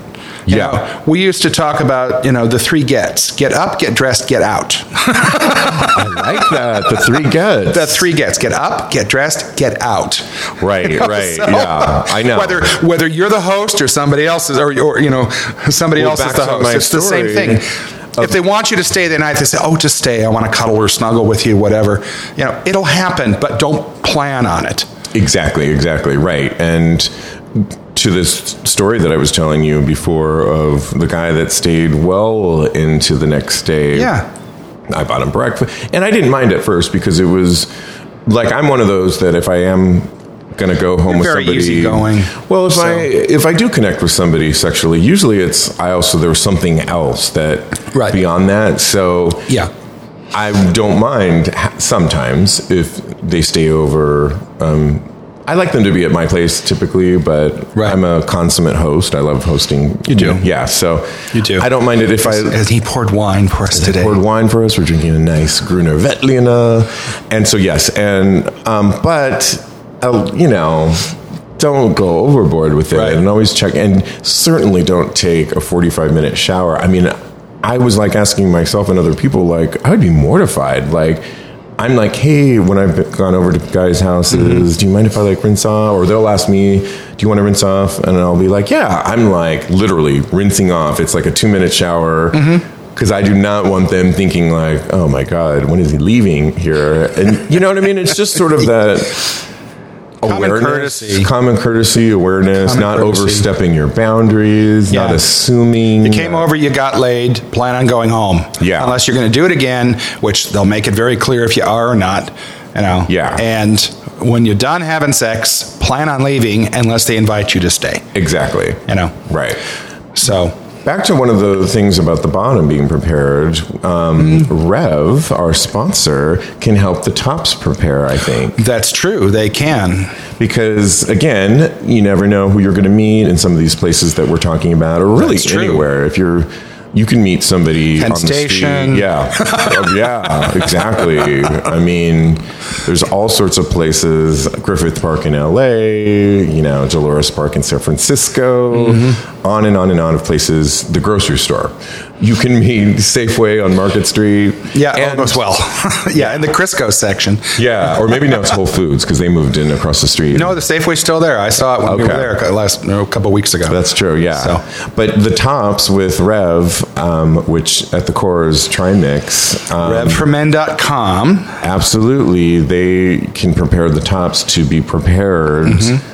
[SPEAKER 9] You
[SPEAKER 8] Yeah.
[SPEAKER 9] know, we used to talk about you know the three gets: get up, get dressed, get out. [laughs]
[SPEAKER 8] i like that the [laughs] three gets
[SPEAKER 9] The three gets: get up, get dressed, get out.
[SPEAKER 8] right
[SPEAKER 9] You know,
[SPEAKER 8] right
[SPEAKER 9] so-
[SPEAKER 8] yeah i know
[SPEAKER 9] Whether whether you're the host or somebody else is, or, or you know somebody
[SPEAKER 8] Well,
[SPEAKER 9] else is
[SPEAKER 8] back
[SPEAKER 9] the
[SPEAKER 8] to
[SPEAKER 9] host,
[SPEAKER 8] my
[SPEAKER 9] it's the same
[SPEAKER 8] story
[SPEAKER 9] thing. if they want you to stay the night, they say, "Oh, just stay. I want to cuddle or snuggle with you, whatever." You know, it'll happen, but don't plan on it.
[SPEAKER 8] Exactly, exactly, right. And to this story that I was telling you before of the guy that stayed well into the next day.
[SPEAKER 9] Yeah.
[SPEAKER 8] I bought him breakfast. And I didn't mind at first because it was like I'm one of those that if I am going to go home with
[SPEAKER 9] very
[SPEAKER 8] somebody
[SPEAKER 9] easygoing,
[SPEAKER 8] well if i if i do connect with somebody sexually usually it's i also there was something else that
[SPEAKER 9] Right.
[SPEAKER 8] beyond that so
[SPEAKER 9] Yeah.
[SPEAKER 8] I don't mind ha- sometimes if they stay over. Um, I like them to be at my place typically, but I'm a consummate host. I love hosting.
[SPEAKER 9] You do.
[SPEAKER 8] yeah. So
[SPEAKER 9] You do.
[SPEAKER 8] I don't mind it if I.
[SPEAKER 9] As he poured wine for us today.
[SPEAKER 8] poured wine for us. We're drinking a nice Gruner Veltliner, and so yes, and um, but uh, you know. Don't go overboard with it, and always check. And certainly don't take a forty-five minute shower. I mean, I was like asking myself and other people, like I would be mortified. Like I'm like, hey, when I've been- gone over to guys' houses,
[SPEAKER 9] Mm-hmm.
[SPEAKER 8] do you mind if I like rinse off? Or they'll ask me, do you want to rinse off? And I'll be like, yeah. I'm like literally rinsing off. It's like a two-minute shower
[SPEAKER 9] Mm-hmm.
[SPEAKER 8] because I do not want them thinking like, "Oh my God, when is he leaving here?" And you know what I mean. It's just sort of that awareness,
[SPEAKER 9] courtesy.
[SPEAKER 8] common courtesy, awareness,
[SPEAKER 9] Common
[SPEAKER 8] not
[SPEAKER 9] courtesy.
[SPEAKER 8] overstepping your boundaries, not
[SPEAKER 9] Yeah.
[SPEAKER 8] assuming.
[SPEAKER 9] You came over, you got laid. Plan on going home.
[SPEAKER 8] Mm. Yeah.
[SPEAKER 9] Unless you're going to do it again, which they'll make it very clear if you are or not. You know.
[SPEAKER 8] Yeah.
[SPEAKER 9] And when you're done having sex, plan on leaving unless they invite you to stay.
[SPEAKER 8] Exactly.
[SPEAKER 9] You know.
[SPEAKER 8] Right.
[SPEAKER 9] So
[SPEAKER 8] Back to one of the things about the bottom being prepared. Um, Rev, our sponsor, can help the tops prepare. I think
[SPEAKER 9] that's true. They can.
[SPEAKER 8] because again, you never know who you're going to meet in some of these places that we're talking about, or really
[SPEAKER 9] That's true.
[SPEAKER 8] anywhere. If you're, you can meet somebody
[SPEAKER 9] Penn
[SPEAKER 8] on the street.
[SPEAKER 9] Station.
[SPEAKER 8] Yeah, Oh, yeah, exactly. I mean, there's all sorts of places: Griffith Park in L.A., you know, Dolores Park in San Francisco,
[SPEAKER 9] Mm-hmm.
[SPEAKER 8] on and on and on of places. The grocery store. You can meet Safeway on Market Street.
[SPEAKER 9] Yeah, almost well. [laughs] yeah, in the Crisco section.
[SPEAKER 8] Yeah, or maybe now it's Whole Foods because they moved in across the street.
[SPEAKER 9] No, the Safeway's still there. I saw it when we were
[SPEAKER 8] Okay.
[SPEAKER 9] there last no, a couple weeks ago.
[SPEAKER 8] That's true, yeah. But the tops with Rev, um, which at the core is Trimix. Um,
[SPEAKER 9] RevForMen.com.
[SPEAKER 8] Absolutely. They can prepare the tops to be prepared. For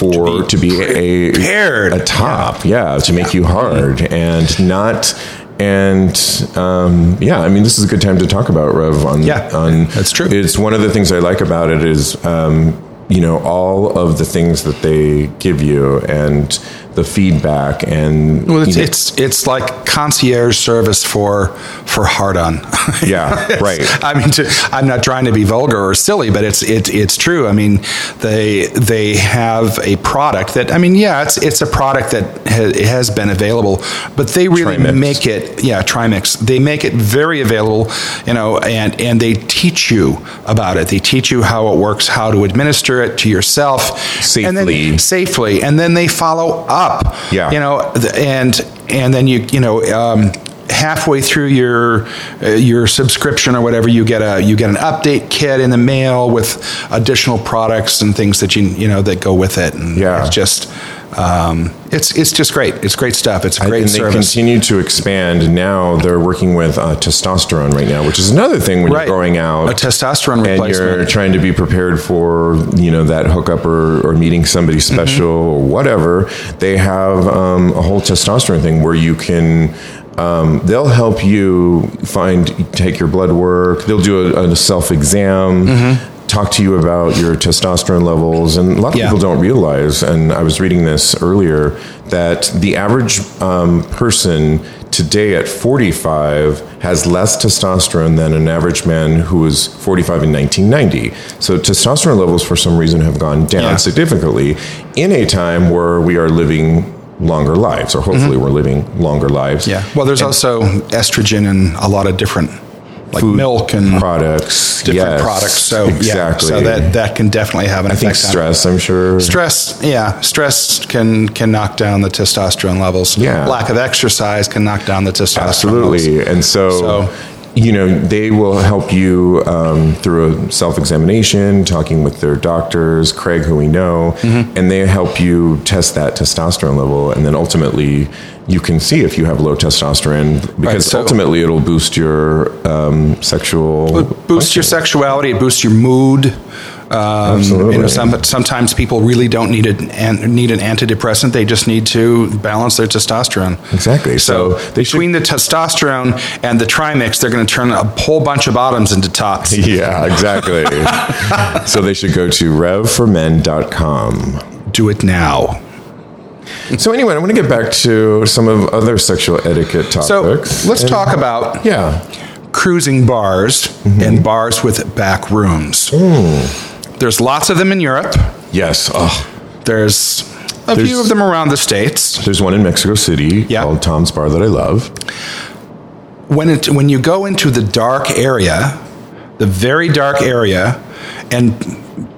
[SPEAKER 8] Mm-hmm. to be, a
[SPEAKER 9] prepared.
[SPEAKER 8] a top, yeah, to make you hard and not and um, yeah, I mean, this is a good time to talk about Rev. On yeah, on that's true. It's one of the things I like about it is um, you know all of the things that they give you and the feedback and
[SPEAKER 9] Well, it's
[SPEAKER 8] you know-
[SPEAKER 9] it's, it's like concierge service for for hard [laughs] on.
[SPEAKER 8] [laughs] Yeah, right.
[SPEAKER 9] I mean, to, I'm not trying to be vulgar or silly, but it's it, it's true. I mean, they they have a product that I mean, yeah, it's it's a product that ha- has been available, but they really make it. Yeah, Trimix. They make it very available, you know, and and they teach you about it. They teach you how it works, how to administer it to yourself safely, and then, safely, and then they follow up. Yeah, you know, th- and and then you you know. Um, halfway through your uh, your subscription or whatever you get a you get an update kit in the mail with additional products and things that you you know that go with it and yeah. it's just um, it's it's just great it's great stuff it's a great
[SPEAKER 8] and they
[SPEAKER 9] service
[SPEAKER 8] continue to expand. Now they're working with uh, testosterone right now, which is another thing when
[SPEAKER 9] Right.
[SPEAKER 8] you're growing out.
[SPEAKER 9] A testosterone
[SPEAKER 8] and you're
[SPEAKER 9] replacement.
[SPEAKER 8] trying to be prepared for you know that hookup or, or meeting somebody
[SPEAKER 9] Mm-hmm.
[SPEAKER 8] special or whatever. They have um, a whole testosterone thing where you can. Um, they'll help you find, take your blood work. They'll do a, a self exam. Talk to you about your testosterone levels, and a lot of
[SPEAKER 9] Mm-hmm. Yeah.
[SPEAKER 8] people don't realize, and I was reading this earlier, that the average um, person today at 45 has less testosterone than an average man who was 45 in 1990. So testosterone levels, for some reason, have gone down
[SPEAKER 9] Yeah.
[SPEAKER 8] significantly in a time where we are living longer lives, or hopefully
[SPEAKER 9] Mm-hmm.
[SPEAKER 8] we're living longer lives. Yeah.
[SPEAKER 9] well there's also estrogen and a lot of different like milk and
[SPEAKER 8] products
[SPEAKER 9] different
[SPEAKER 8] yes,
[SPEAKER 9] products so
[SPEAKER 8] exactly.
[SPEAKER 9] yeah, so that that can definitely have an
[SPEAKER 8] I think
[SPEAKER 9] effect on it.
[SPEAKER 8] stress, I'm sure.
[SPEAKER 9] Stress, yeah, stress can can knock down the testosterone levels.
[SPEAKER 8] Yeah.
[SPEAKER 9] lack of exercise can knock down the testosterone.
[SPEAKER 8] Absolutely. And so, you know, they will help you um, through a self examination, talking with their doctors, Craig, who we know,
[SPEAKER 9] Mm-hmm.
[SPEAKER 8] and they help you test that testosterone level. And then ultimately, you can see if you have low testosterone
[SPEAKER 9] Right,
[SPEAKER 8] because
[SPEAKER 9] so-
[SPEAKER 8] ultimately it'll boost your um, sexual.
[SPEAKER 9] boosts your sexuality, it boosts your mood. Um,
[SPEAKER 8] Absolutely. [laughs]
[SPEAKER 9] You know, some, sometimes people really don't need an an- need an antidepressant; they just need to balance their testosterone.
[SPEAKER 8] Exactly.
[SPEAKER 9] So, between the testosterone and the trimix, they're going to turn a whole bunch of bottoms into tops. [laughs]
[SPEAKER 8] Yeah, exactly. so they should go to revformen.com.
[SPEAKER 9] Do it now.
[SPEAKER 8] So anyway, I want to get back to some of other sexual etiquette topics.
[SPEAKER 9] So let's
[SPEAKER 8] And-
[SPEAKER 9] talk about
[SPEAKER 8] yeah
[SPEAKER 9] cruising bars
[SPEAKER 8] Mm-hmm.
[SPEAKER 9] and bars with back rooms.
[SPEAKER 8] Mm.
[SPEAKER 9] There's lots of them in Europe.
[SPEAKER 8] Yes. Oh.
[SPEAKER 9] There's a few of them around the states.
[SPEAKER 8] There's one in Mexico City called Tom's Bar that I love.
[SPEAKER 9] When it when you go into the dark area, the very dark area, and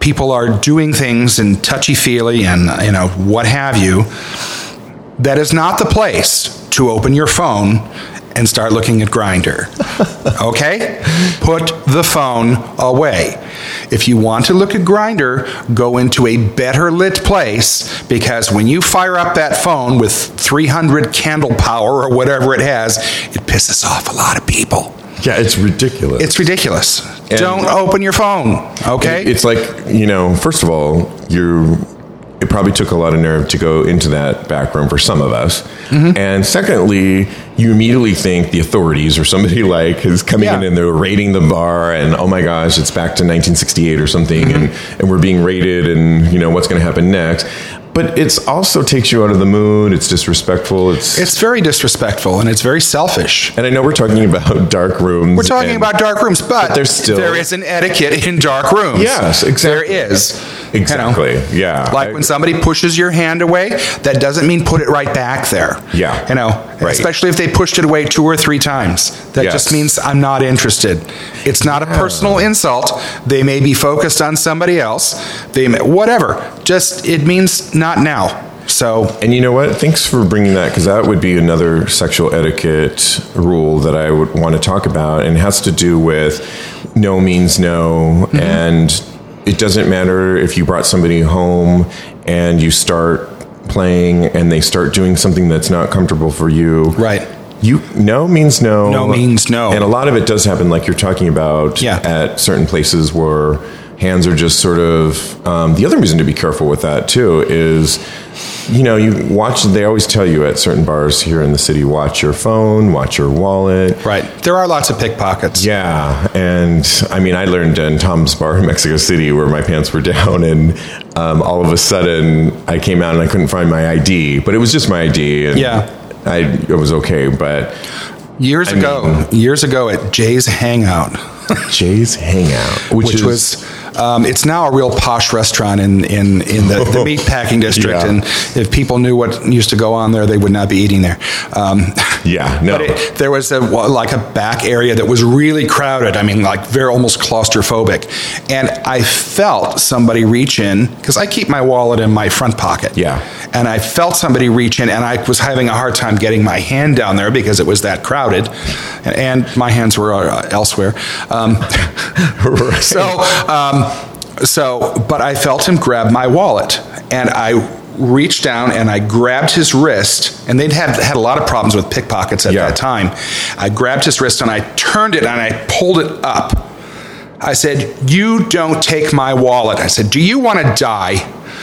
[SPEAKER 9] people are doing things and touchy feely and you know what have you, that is not the place to open your phone and start looking at grinder okay put the phone away if you want to look at grinder go into a better lit place because when you fire up that phone with 300 candle power or whatever it has it pisses off a lot of people
[SPEAKER 8] Yeah, it's ridiculous.
[SPEAKER 9] it's ridiculous don't open your phone okay
[SPEAKER 8] It's like, you know, first of all, you're it probably took a lot of nerve to go into that back room for some of us.
[SPEAKER 9] Mm-hmm.
[SPEAKER 8] And secondly, you immediately think the authorities or somebody [laughs] like is coming in and they're raiding the bar and oh my gosh, it's back to 1968 or something
[SPEAKER 9] Mm-hmm.
[SPEAKER 8] and, and we're being raided and you know what's going to happen next. But it's also takes you out of the mood. It's disrespectful. It's
[SPEAKER 9] it's very disrespectful and it's very selfish.
[SPEAKER 8] And I know we're talking about dark rooms.
[SPEAKER 9] We're talking
[SPEAKER 8] and-
[SPEAKER 9] about dark rooms, but,
[SPEAKER 8] But there's still-
[SPEAKER 9] there is an etiquette in dark rooms.
[SPEAKER 8] Yes, exactly.
[SPEAKER 9] There is
[SPEAKER 8] Exactly. Yeah.
[SPEAKER 9] like when somebody pushes your hand away. That doesn't mean put it right back there.
[SPEAKER 8] Yeah.
[SPEAKER 9] you know,
[SPEAKER 8] Right.
[SPEAKER 9] especially if they pushed it away two or three times. That
[SPEAKER 8] Yes.
[SPEAKER 9] just means I'm not interested. It's not a personal insult. They may be focused on somebody else. They may, whatever. Just it means not now. So
[SPEAKER 8] And you know what? Thanks for bringing that because that would be another sexual etiquette rule that I would want to talk about, and it has to do with no means no, and it doesn't matter if you brought somebody home and you start playing and they start doing something that's not comfortable for you,
[SPEAKER 9] right?
[SPEAKER 8] You no means no.
[SPEAKER 9] No means no.
[SPEAKER 8] And a lot of it does happen, like you're talking about, at certain places where hands are just sort of. Um, the other reason to be careful with that too is, you know, you watch. They always tell you at certain bars here in the city, watch your phone, watch your wallet.
[SPEAKER 9] Right. There are lots of pickpockets.
[SPEAKER 8] Yeah, and I mean, I learned in Tom's bar in Mexico City where my pants were [laughs] down, and um, all of a sudden I came out and I couldn't find my ID, but it was just my ID. And
[SPEAKER 9] Yeah.
[SPEAKER 8] I it was okay, but
[SPEAKER 9] Years
[SPEAKER 8] I
[SPEAKER 9] ago, years ago at Jay's Hangout,
[SPEAKER 8] Jay's Hangout,
[SPEAKER 9] which,
[SPEAKER 8] which is-
[SPEAKER 9] was, um, it's now a real posh restaurant in in in the, the
[SPEAKER 8] [laughs]
[SPEAKER 9] meat packing district,
[SPEAKER 8] Yeah.
[SPEAKER 9] and if people knew what used to go on there, they would not be eating there. Um, [laughs]
[SPEAKER 8] yeah, no.
[SPEAKER 9] But it, there was a wa- like a back area that was really crowded. I mean, like very almost claustrophobic, and I felt somebody reach in because I keep my wallet in my front pocket.
[SPEAKER 8] Yeah.
[SPEAKER 9] and I felt somebody reach in, and I was having a hard time getting my hand down there because it was that crowded, and, and my hands were uh, elsewhere. Um, [laughs] So, um, so, but I felt him grab my wallet, and I reached down and I grabbed his wrist. And they'd had had a lot of problems with pickpockets at that time. I grabbed his wrist and I turned it and I pulled it up. I said, "You don't take my wallet." I said, "Do you want to die?"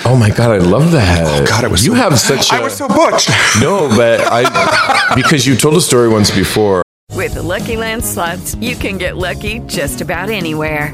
[SPEAKER 8] Oh my god, I love that. Oh
[SPEAKER 9] God, it was
[SPEAKER 8] you
[SPEAKER 9] so-
[SPEAKER 8] have such.
[SPEAKER 9] I
[SPEAKER 8] a-
[SPEAKER 9] was so butch.
[SPEAKER 8] [laughs] no, but I because you told a story once before.
[SPEAKER 2] With the Lucky Land slots, you can get lucky just about anywhere.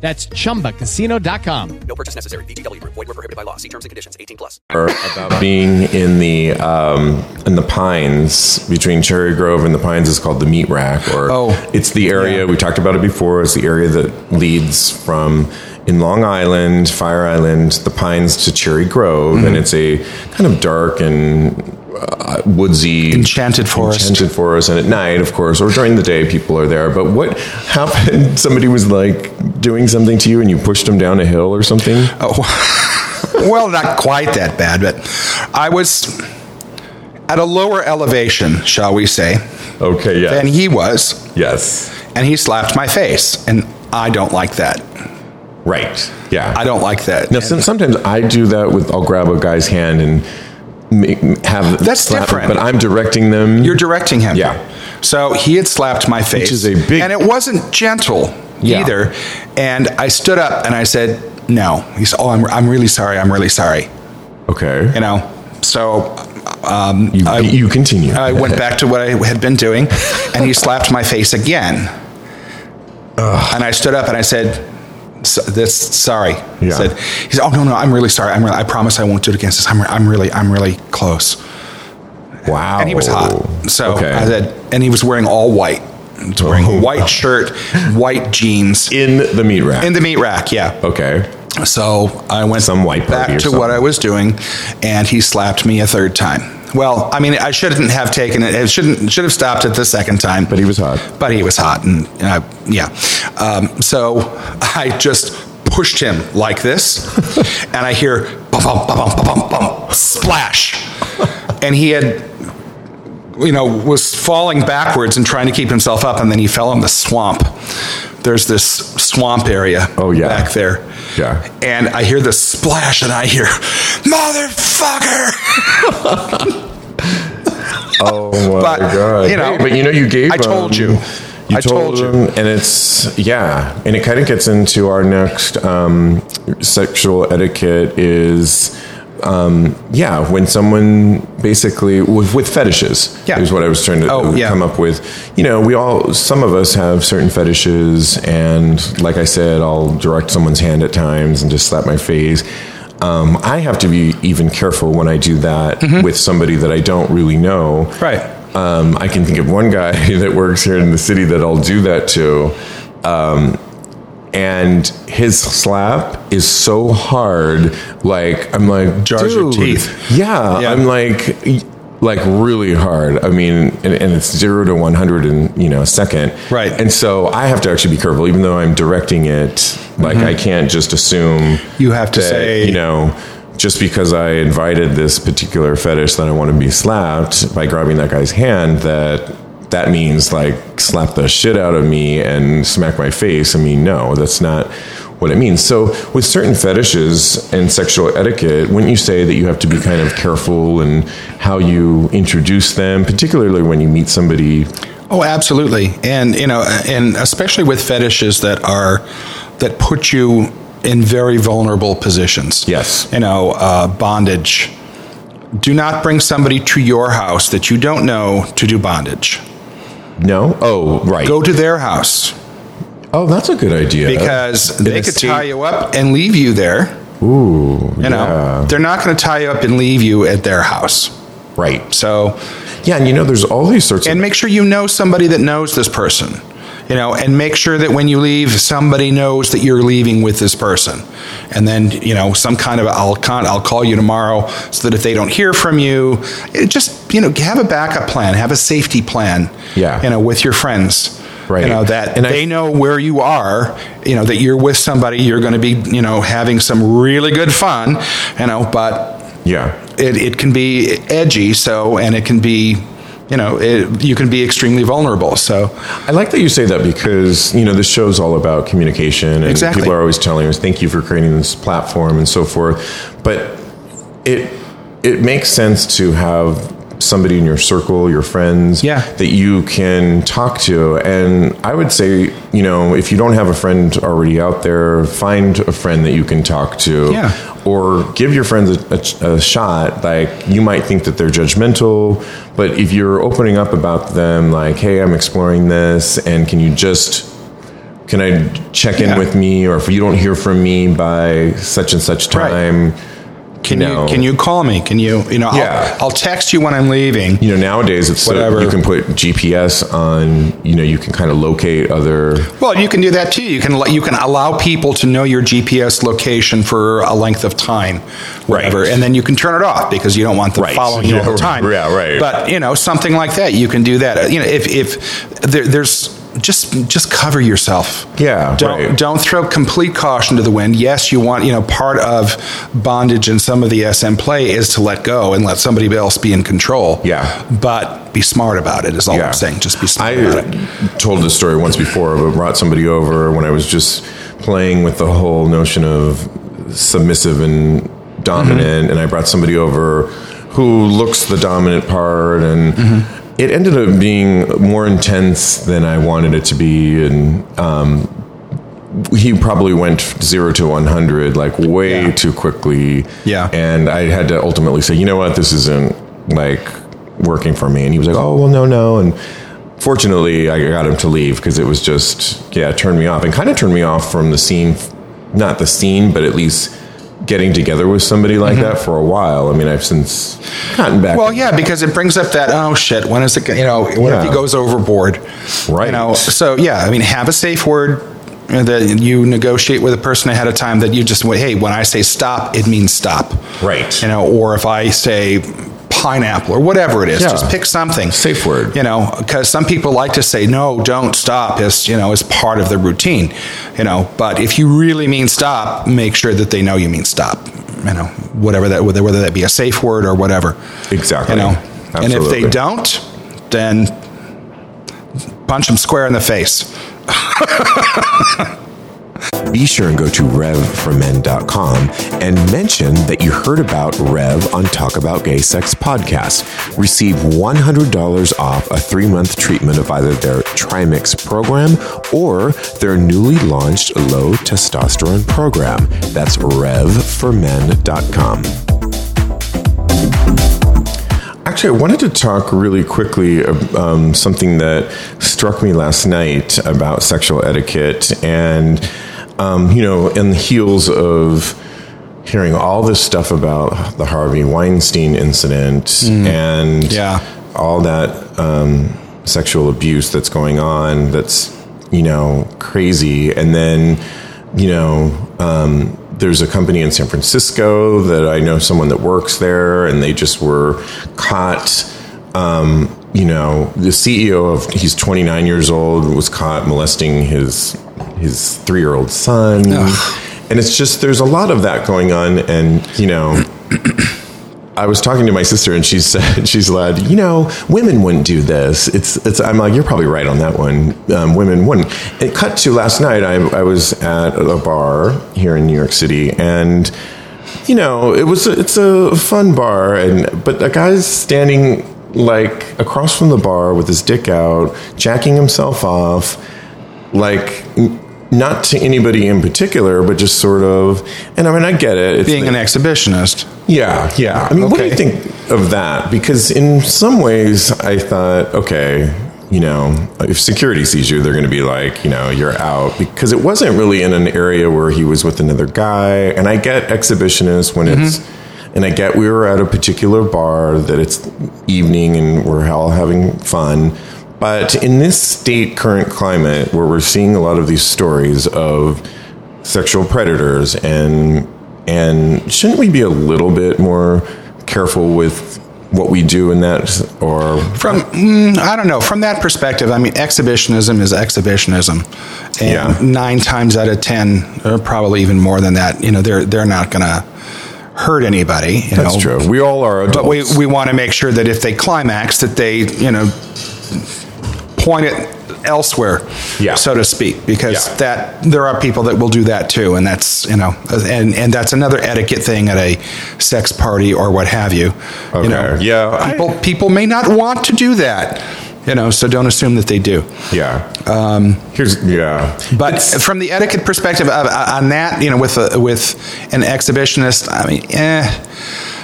[SPEAKER 13] That's chumbacasino.com.
[SPEAKER 14] No purchase necessary. VGW Group. Void were prohibited by law. See terms and conditions. 18 plus.
[SPEAKER 8] or about being in the um, in the pines between Cherry Grove and the pines is called the meat rack or oh, it's the area we talked about it before it's the area that leads from in Long Island Fire Island the pines to Cherry Grove
[SPEAKER 9] Mm-hmm.
[SPEAKER 8] and it's a kind of dark and uh, woodsy
[SPEAKER 9] enchanted forest
[SPEAKER 8] enchanted forest and at night of course or during the day people are there but what happened [laughs] somebody was like doing something to you and you pushed them down a hill or something
[SPEAKER 9] [laughs] Uh, well, not quite that bad, but I was at a lower elevation, shall we say?
[SPEAKER 8] Okay, yes.
[SPEAKER 9] Than he was.
[SPEAKER 8] Yes.
[SPEAKER 9] And he slapped my face, and I don't like that.
[SPEAKER 8] Right. Yeah.
[SPEAKER 9] I don't like that.
[SPEAKER 8] Now, some, sometimes I do that with I'll grab a guy's hand and ma- have
[SPEAKER 9] That's
[SPEAKER 8] slap-
[SPEAKER 9] different.
[SPEAKER 8] But I'm directing them.
[SPEAKER 9] You're directing him.
[SPEAKER 8] Yeah.
[SPEAKER 9] So he had slapped my face,
[SPEAKER 8] Which is a big-
[SPEAKER 9] and it wasn't gentle
[SPEAKER 8] Yeah.
[SPEAKER 9] either. And I stood up and I said, "No." He said, "Oh, I'm I'm really sorry. I'm really sorry."
[SPEAKER 8] Okay.
[SPEAKER 9] You know. So. Um,
[SPEAKER 8] you, you continue.
[SPEAKER 9] I went back to what I had been doing, and he slapped my face again. And I stood up and I said, "So- "This sorry." He
[SPEAKER 8] Yeah.
[SPEAKER 9] said, "He said, oh no no, I'm really sorry. I'm really, I promise I won't do it again. He says, I'm, re- I'm really I'm really close."
[SPEAKER 8] [laughs] Wow.
[SPEAKER 9] And he was hot. So
[SPEAKER 8] Okay.
[SPEAKER 9] I said, and he was wearing all white. He was wearing a white shirt, white jeans.
[SPEAKER 8] In the meat rack.
[SPEAKER 9] In the meat rack, yeah.
[SPEAKER 8] Okay.
[SPEAKER 9] So I went
[SPEAKER 8] Some white
[SPEAKER 9] back
[SPEAKER 8] party or
[SPEAKER 9] to what I was doing, and he slapped me a third time. Well, I mean, I shouldn't have taken it. It shouldn't should have stopped at the second time. But
[SPEAKER 8] he was hot.
[SPEAKER 9] But he was hot, and uh, yeah. Um, so [laughs] I just pushed him like this, [laughs] and I hear bum bum bum bum bum bum splash, and he had you know, was falling backwards and trying to keep himself up, and then he fell in the swamp. There's this swamp area oh, yeah. back there.
[SPEAKER 8] Yeah.
[SPEAKER 9] And I hear the splash, and I hear, motherfucker!
[SPEAKER 8] Oh my
[SPEAKER 9] But,
[SPEAKER 8] god!
[SPEAKER 9] you know,
[SPEAKER 8] but you know, you gave.
[SPEAKER 9] I told
[SPEAKER 8] him-
[SPEAKER 9] you.
[SPEAKER 8] You
[SPEAKER 9] I
[SPEAKER 8] told,
[SPEAKER 9] told you.
[SPEAKER 8] him, and it's yeah, and it kind of gets into our next um, sexual etiquette is. Um, yeah, when someone basically with, with fetishes
[SPEAKER 9] Yeah.
[SPEAKER 8] is what I was trying to
[SPEAKER 9] Oh, yeah.
[SPEAKER 8] come up with. You know, we all, some of us have certain fetishes, and like I said, I'll direct someone's hand at times and just slap my face. Um, I have to be even careful when I do that with somebody that I don't really know.
[SPEAKER 9] Right.
[SPEAKER 8] Um, I can think of one guy [laughs] that works here in the city that I'll do that to. Um, and his slap is so hard. Like I'm like
[SPEAKER 9] Jars your
[SPEAKER 8] "Dude."
[SPEAKER 9] teeth.
[SPEAKER 8] Yeah, I'm like like really hard. I mean, and, and it's zero to one hundred in you know a second. Right. And so I have to actually be careful, even though I'm directing it. Like
[SPEAKER 9] Mhm.
[SPEAKER 8] I can't just assume
[SPEAKER 9] You have to
[SPEAKER 8] that,
[SPEAKER 9] say-
[SPEAKER 8] you know. Just because I invited this particular fetish that I want to be slapped by grabbing that guy's hand, that that means like slap the shit out of me and smack my face. I mean, no, that's not what it means. So, with certain fetishes and sexual etiquette, wouldn't you say that you have to be kind of careful in how you introduce them, particularly when you meet somebody?
[SPEAKER 9] Oh, absolutely, and you know, and especially with fetishes that are that put you in very vulnerable positions. Yes, you know, uh, bondage. Do not bring somebody to your house that you don't know to do bondage.
[SPEAKER 8] No. Oh, right.
[SPEAKER 9] Go to their house
[SPEAKER 8] Oh, that's a good idea.
[SPEAKER 9] because
[SPEAKER 8] In
[SPEAKER 9] they
[SPEAKER 8] a
[SPEAKER 9] could
[SPEAKER 8] state-
[SPEAKER 9] tie you up and leave you there.
[SPEAKER 8] Ooh,
[SPEAKER 9] you know,
[SPEAKER 8] yeah.
[SPEAKER 9] they're not going to tie you up and leave you at their house.
[SPEAKER 8] Right.
[SPEAKER 9] So,
[SPEAKER 8] yeah, and you know, there's all these sorts.
[SPEAKER 9] And make sure you know somebody that knows this person. You know, and make sure that when you leave, somebody knows that you're leaving with this person. And then, you know, some kind of I'll con- I'll call you tomorrow so that if they don't hear from you, it just you know have a backup plan, have a safety plan. Yeah, you know, with your friends. Right. You know that
[SPEAKER 8] And I-
[SPEAKER 9] they know where you are. You know that you're with somebody. You're going to be you know having some really good fun. You know, but
[SPEAKER 8] yeah,
[SPEAKER 9] it, it can be edgy. So and it can be you know it, you can be extremely vulnerable. So
[SPEAKER 8] I like that you say that because you know this show's all about communication, and
[SPEAKER 9] Exactly.
[SPEAKER 8] people are always telling us, "Thank you for creating this platform" and so forth. But it it makes sense to have somebody in your circle, your friends, yeah. that you can talk to. And I would say, you know, if you don't have a friend already out there, find a friend that you can talk to.
[SPEAKER 9] Yeah.
[SPEAKER 8] Or give your friends a, a, a shot. Like, you might think that they're judgmental, but if you're opening up about them, like, hey, I'm exploring this, and can you just can I check in
[SPEAKER 9] Yeah.
[SPEAKER 8] with me, or if you don't hear from me by such and such time,
[SPEAKER 9] Can you can you call me? Can you you know?
[SPEAKER 8] Yeah.
[SPEAKER 9] I'll, I'll text you when I'm leaving.
[SPEAKER 8] You know, nowadays it's so
[SPEAKER 9] Whatever.
[SPEAKER 8] you can put GPS on. You know, you can kind of locate other.
[SPEAKER 9] Well, you can do that too. You can al- you can allow people to know your GPS location for a length of time, whatever, and then you can turn it off because you don't want them
[SPEAKER 8] Right.
[SPEAKER 9] following you all
[SPEAKER 8] Yeah,
[SPEAKER 9] the time.
[SPEAKER 8] yeah, right.
[SPEAKER 9] But you know something like that, you can do that. You know, if if there, there's just just cover yourself.
[SPEAKER 8] Yeah,
[SPEAKER 9] Don't don't throw complete caution to the wind. Yes, you want you know part of bondage and some of the SM play is to let go and let somebody else be in control. Yeah, but be smart about it. Is all I'm saying. Just be smart about it.
[SPEAKER 8] told this story once before, but brought somebody over when I was just playing with the whole notion of submissive and dominant, and I brought somebody over who looks the dominant part, and it ended up being more intense than I wanted it to be, and um, he probably went zero to 100 like way too quickly. Yeah. And I had to ultimately say, you know what, this isn't like working for me. And he was like, oh, well, no, no. And fortunately, I got him to leave because it was just, yeah, turned me off and kind of turned me off from the scene, not the scene, but at least getting together with somebody like that for a while. I mean, I've since gotten back.
[SPEAKER 9] Mm-hmm. Well, yeah, because it brings up that oh shit, when is it? gonna- You know, what if
[SPEAKER 8] Yeah.
[SPEAKER 9] he goes overboard? Right. You know, so yeah, I mean, have a safe word you know, that you negotiate with a person ahead of time that you just wait. Hey, when I say stop, it means stop. Right. You know, or if I say pineapple or whatever it is,
[SPEAKER 8] Yeah.
[SPEAKER 9] just pick something safe word. You know, because some people like to say no, don't stop. As you know, as part of the routine. You know, but if you really mean stop, make sure that they know you mean stop you know, whatever that whether whether that be a safe word or whatever.
[SPEAKER 8] Exactly.
[SPEAKER 9] You know, and if
[SPEAKER 8] Absolutely.
[SPEAKER 9] they don't, then punch them square in the face.
[SPEAKER 1] Be sure and go to RevForMen.com and mention that you heard about Rev on Talk About Gay Sex podcast. Receive $100 off a three month treatment of either their Trimix program or their newly launched low testosterone program. That's RevForMen.com.
[SPEAKER 8] Actually, I wanted to talk really quickly ab- um, something that struck me last night about sexual etiquette, and um, you know, in the heels of hearing all this stuff about the Harvey Weinstein incident and
[SPEAKER 9] Yeah.
[SPEAKER 8] all that um, sexual abuse that's going on that's you know crazy and then you know um, there's a company in san francisco that i know someone that works there and they just were caught um, you know the ceo of he's 29 years old was caught molesting his his three-year-old son and it's just there's a lot of that going on and you know I was talking to my sister and she said [laughs] she's like, you know, women wouldn't do this. It's it's. I'm like, you're probably right on that one. Um, women wouldn't. It cut to last night. I I was at a bar here in New York City and. You know, it was a, it's a fun bar, and but a guy's standing like across from the bar with his dick out, jacking himself off, like n- not to anybody in particular, but just sort of. And I mean, I get it. It's
[SPEAKER 9] Being an exhibitionist.
[SPEAKER 8] Yeah, yeah. I mean, what do you
[SPEAKER 9] Okay.
[SPEAKER 8] think of that? Because in some ways, I thought, okay, you know, if security sees you, they're going to be like, you know, you're out. Because it wasn't really in an area where he was with another guy. And I get exhibitionists when it's. And I get we were at a particular bar that it's evening and we're all having fun. But in this state, current climate, where we're seeing a lot of these stories of sexual predators and and shouldn't we be a little bit more careful with what we do in that or
[SPEAKER 9] From mm, I don't know. From that perspective, I mean, exhibitionism is exhibitionism, and nine times out of ten, or probably even more than that, you know, they're they're not going to hurt anybody. You
[SPEAKER 8] That's
[SPEAKER 9] know.
[SPEAKER 8] true. We all are
[SPEAKER 9] But we we want to make sure that if they climax, that they you know point it elsewhere, so to speak, because that there are people that will do that too, and that's you know, and and that's another etiquette thing at a sex party or what have you. Okay. You know,
[SPEAKER 8] yeah,
[SPEAKER 9] people people may not want to do that. You know, so don't assume that they do.
[SPEAKER 8] Yeah.
[SPEAKER 9] Um,
[SPEAKER 8] Here's yeah.
[SPEAKER 9] But from the etiquette perspective of, uh, on that, you know, with a, with an exhibitionist, I mean, eh.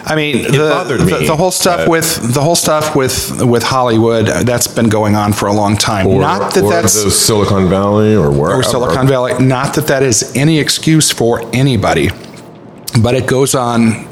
[SPEAKER 9] I mean, the,
[SPEAKER 8] bothered
[SPEAKER 9] the,
[SPEAKER 8] me,
[SPEAKER 9] the whole stuff
[SPEAKER 8] but-
[SPEAKER 9] with the whole stuff with with Hollywood uh, that's been going on for a long time.
[SPEAKER 8] or,
[SPEAKER 9] Not that
[SPEAKER 8] or
[SPEAKER 9] that's
[SPEAKER 8] the Silicon Valley or where
[SPEAKER 9] or Silicon Valley. Not that that is any excuse for anybody, but it goes on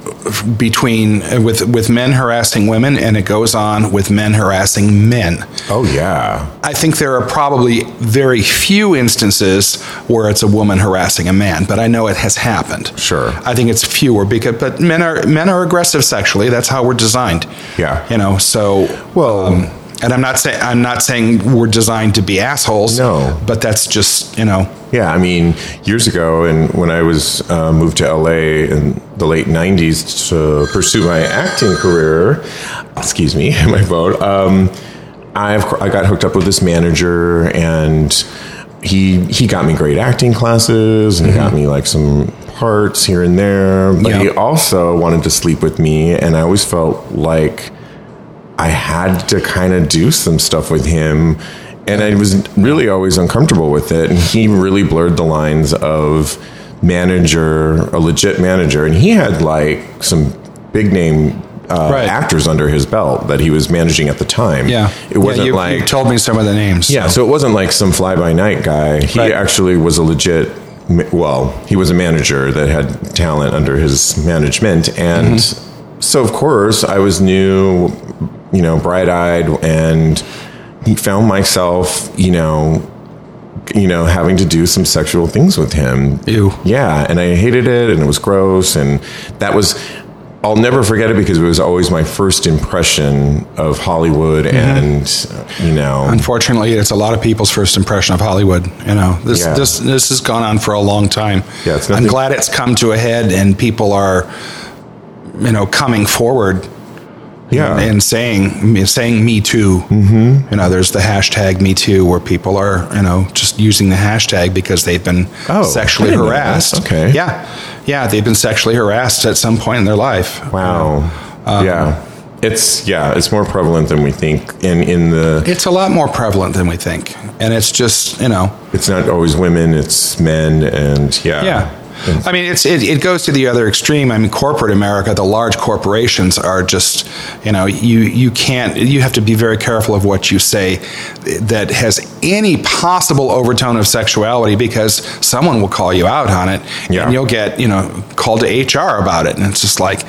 [SPEAKER 9] between uh, with with men harassing women, and it goes on with men harassing men.
[SPEAKER 8] Oh yeah,
[SPEAKER 9] I think there are probably very few instances where it's a woman harassing a man, but I know it has happened.
[SPEAKER 8] Sure,
[SPEAKER 9] I think it's fewer because but men are men are aggressive sexually. That's how we're designed.
[SPEAKER 8] Yeah,
[SPEAKER 9] you know. So well.
[SPEAKER 8] Um,
[SPEAKER 9] and I'm not saying I'm not saying we're designed to be assholes. No, but that's just you know
[SPEAKER 8] Yeah, I mean, years ago, and when I was uh, moved to LA in the late '90s to pursue my acting career, uh, excuse me, [laughs] my phone. Um, I of cour- I got hooked up with this manager, and he he got me great acting classes, and he got me like some parts here and there. But he also wanted to sleep with me, and I always felt like I had to kind of do some stuff with him. And I was really always uncomfortable with it. And he really blurred the lines of manager, a legit manager. And he had like some big name uh, actors under his belt that he was managing at the time.
[SPEAKER 9] yeah.
[SPEAKER 8] It wasn't
[SPEAKER 9] yeah, you,
[SPEAKER 8] like.
[SPEAKER 9] you told me some of the names.
[SPEAKER 8] yeah, so it wasn't like some fly by night guy. He actually was a legit, ma- well, he was a manager that had talent under his management. And so, of course, I was new, you know, bright eyed, and found myself, you know, you know, having to do some sexual things with him.
[SPEAKER 9] Ew.
[SPEAKER 8] Yeah, and I hated it, and it was gross, and that was. I'll never forget it because it was always my first impression of Hollywood, and you know,
[SPEAKER 9] Unfortunately, it's a lot of people's first impression of Hollywood. You know, this
[SPEAKER 8] Yeah.
[SPEAKER 9] this this has gone on for a long time.
[SPEAKER 8] Yeah, it's
[SPEAKER 9] I'm
[SPEAKER 8] nothing-
[SPEAKER 9] glad it's come to a head, and people are, you know, coming forward.
[SPEAKER 8] Yeah.
[SPEAKER 9] and, saying saying Me Too. Mm-hmm. You know, there's the hashtag Me Too, where people are you know just using the hashtag because they've been
[SPEAKER 8] I
[SPEAKER 9] sexually
[SPEAKER 8] didn't know that.
[SPEAKER 9] harassed.
[SPEAKER 8] Okay.
[SPEAKER 9] yeah, yeah, they've been sexually harassed at some point in their life.
[SPEAKER 8] Wow.
[SPEAKER 9] Um,
[SPEAKER 8] yeah. It's yeah, it's more prevalent than we think. And in the
[SPEAKER 9] It's a lot more prevalent than we think. And it's just, you know.
[SPEAKER 8] It's not always women, it's men and yeah.
[SPEAKER 9] Yeah. I mean, it's it, it goes to the other extreme. I mean, corporate America, the large corporations are just, you know, you you can't, you have to be very careful of what you say that has any possible overtone of sexuality because someone will call you out on it and you'll get, you know, called to HR about it. And it's just like,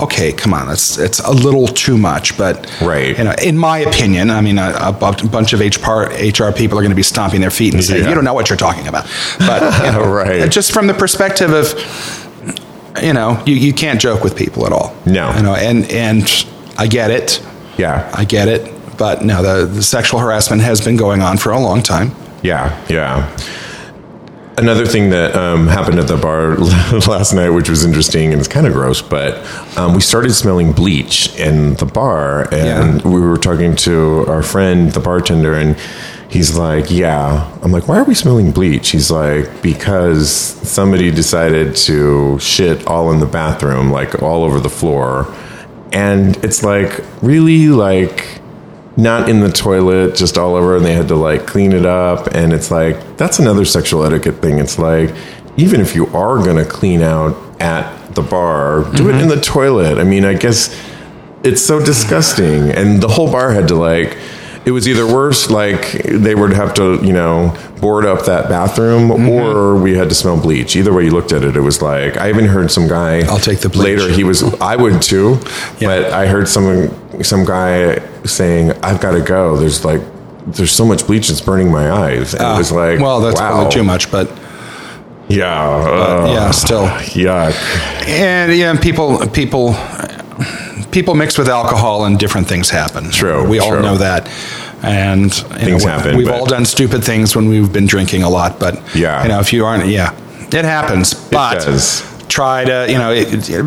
[SPEAKER 9] okay, come on, it's, it's a little too much. But, right. you know, in my opinion, I mean, a, a bu- bunch of HR, HR people are going to be stomping their feet and saying,
[SPEAKER 8] Yeah.
[SPEAKER 9] you don't know what you're talking about. But, you know,
[SPEAKER 8] [laughs] Right.
[SPEAKER 9] just from the perspective of, you know, you, you can't joke with people at all. No. You know, and and I get it.
[SPEAKER 8] Yeah.
[SPEAKER 9] I get it. But no, the, the sexual harassment has been going on for a long time.
[SPEAKER 8] Yeah, yeah. Another thing that um, happened at the bar [laughs] last night, which was interesting and it's kind of gross, but um, we started smelling bleach in the bar, and we were talking to our friend, the bartender, and he's like, "Yeah." I'm like, "Why are we smelling bleach?" He's like, "Because somebody decided to shit all in the bathroom, like all over the floor," and it's like, really, like not in the toilet, just all over, and they had to like clean it up. And it's like, that's another sexual etiquette thing. It's like, even if you are going to clean out at the bar, do it in the toilet. I mean, I guess it's so disgusting. And the whole bar had to like, it was either worse, like they would have to, you know, board up that bathroom, or we had to smell bleach. Either way you looked at it, it was like I even heard some guy. I'll take the bleach. Later, he was. I would too, but I heard someone, some guy saying, "I've got to go." There's like, there's so much bleach, it's burning my eyes. And it was like,
[SPEAKER 9] Ah, Uh, well, that's
[SPEAKER 8] wow.
[SPEAKER 9] probably too much, but
[SPEAKER 8] Yeah, uh,
[SPEAKER 9] yeah, still.
[SPEAKER 8] yuck.
[SPEAKER 9] And yeah, people people people mix with alcohol and different things happen. True. We all
[SPEAKER 8] true.
[SPEAKER 9] know that. And you
[SPEAKER 8] Things
[SPEAKER 9] know, we-
[SPEAKER 8] happen,
[SPEAKER 9] We've
[SPEAKER 8] but-
[SPEAKER 9] all done stupid things when we've been drinking a lot, but
[SPEAKER 8] Yeah.
[SPEAKER 9] you know, if you aren't, yeah, it happens. But try to, you know, it, it-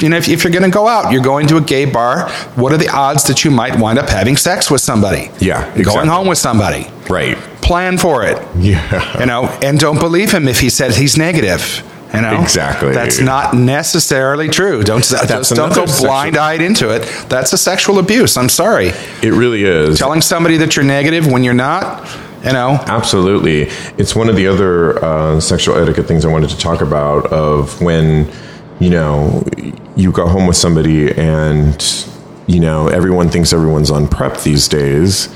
[SPEAKER 9] you know, if, if you're going to go out, you're going to a gay bar. What are the odds that you might wind up having sex with somebody?
[SPEAKER 8] Yeah,
[SPEAKER 9] going
[SPEAKER 8] exactly.
[SPEAKER 9] home with somebody.
[SPEAKER 8] Right.
[SPEAKER 9] Plan for it.
[SPEAKER 8] Yeah.
[SPEAKER 9] You know, and don't believe him if he says he's negative. You know,
[SPEAKER 8] Exactly.
[SPEAKER 9] That's not necessarily true. Don't just don't
[SPEAKER 8] another
[SPEAKER 9] go
[SPEAKER 8] sexual-
[SPEAKER 9] blind-eyed into it. That's a sexual abuse. I'm sorry.
[SPEAKER 8] It really is.
[SPEAKER 9] Telling somebody that you're negative when you're not. You know,
[SPEAKER 8] Absolutely. It's one of the other uh, sexual etiquette things I wanted to talk about of when, you know, you go home with somebody and, you know, everyone thinks everyone's on prep these days.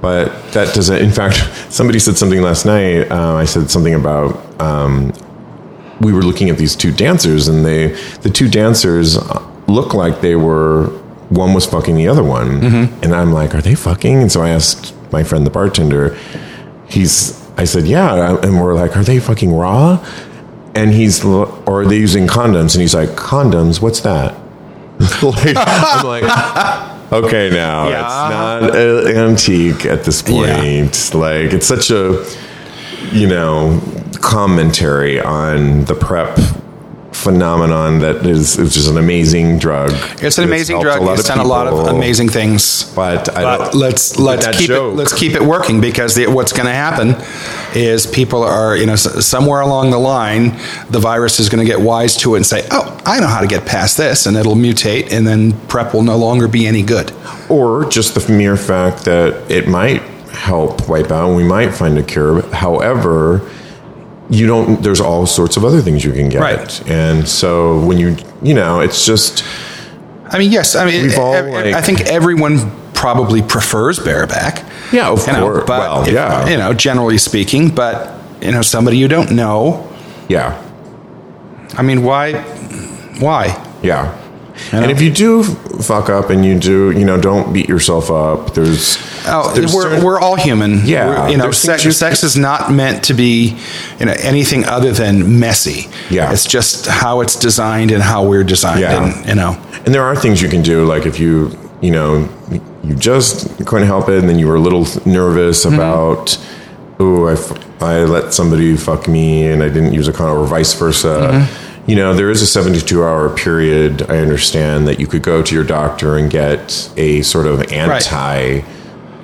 [SPEAKER 8] But that doesn't, in fact, [laughs] somebody said something last night. Uh, I said something about um, we were looking at these two dancers and they the two dancers uh, look like they were one was fucking the other one and i'm like are they fucking and so i asked my friend the bartender he's i said yeah and we're like are they fucking raw and he's l- or are they using condoms and he's like condoms what's that [laughs] like, i'm like okay now it's not uh, antique at this point like it's such a you know commentary on the prep phenomenon that is it's just an amazing drug.
[SPEAKER 9] It's an amazing drug. It's done a lot of amazing things.
[SPEAKER 8] But, I
[SPEAKER 9] But
[SPEAKER 8] don't-
[SPEAKER 9] let's
[SPEAKER 8] but
[SPEAKER 9] let's
[SPEAKER 8] that
[SPEAKER 9] keep
[SPEAKER 8] joke-
[SPEAKER 9] it let's keep it working because the, what's going to happen is people are you know s- somewhere along the line the virus is going to get wise to it and say oh I know how to get past this and it'll mutate and then prep will no longer be any good.
[SPEAKER 8] or just the mere fact that it might help wipe out and we might find a cure. However, you don't there's all sorts of other things you can get.
[SPEAKER 9] Right.
[SPEAKER 8] And so when you you know, it's just
[SPEAKER 9] I mean yes I mean
[SPEAKER 8] We've all,
[SPEAKER 9] ev- ev- I
[SPEAKER 8] like-
[SPEAKER 9] think everyone probably prefers bareback.
[SPEAKER 8] Yeah, of
[SPEAKER 9] you know,
[SPEAKER 8] course.
[SPEAKER 9] but
[SPEAKER 8] Well,
[SPEAKER 9] if-
[SPEAKER 8] yeah.
[SPEAKER 9] you know generally speaking, but you know somebody you don't know.
[SPEAKER 8] Yeah.
[SPEAKER 9] I mean why why
[SPEAKER 8] Yeah. And if you do f- fuck up and you do, you know, don't beat yourself up. There's,
[SPEAKER 9] Oh,
[SPEAKER 8] there's
[SPEAKER 9] we're,
[SPEAKER 8] certain-
[SPEAKER 9] we're all human.
[SPEAKER 8] Yeah,
[SPEAKER 9] We're- you know,
[SPEAKER 8] there's
[SPEAKER 9] sex,
[SPEAKER 8] things you-
[SPEAKER 9] sex is not meant to be, you know, anything other than messy.
[SPEAKER 8] Yeah.
[SPEAKER 9] it's just how it's designed and how we're designed. And, you know,
[SPEAKER 8] And there are things you can do, like if you, you know, you just couldn't help it, and then you were a little nervous
[SPEAKER 9] Mm-hmm.
[SPEAKER 8] about, oh, I, f- I let somebody fuck me, and I didn't use a condom, or vice versa.
[SPEAKER 9] Mm-hmm.
[SPEAKER 8] You know, there is a 72 hour period, I understand, that you could go to your doctor and get a sort of anti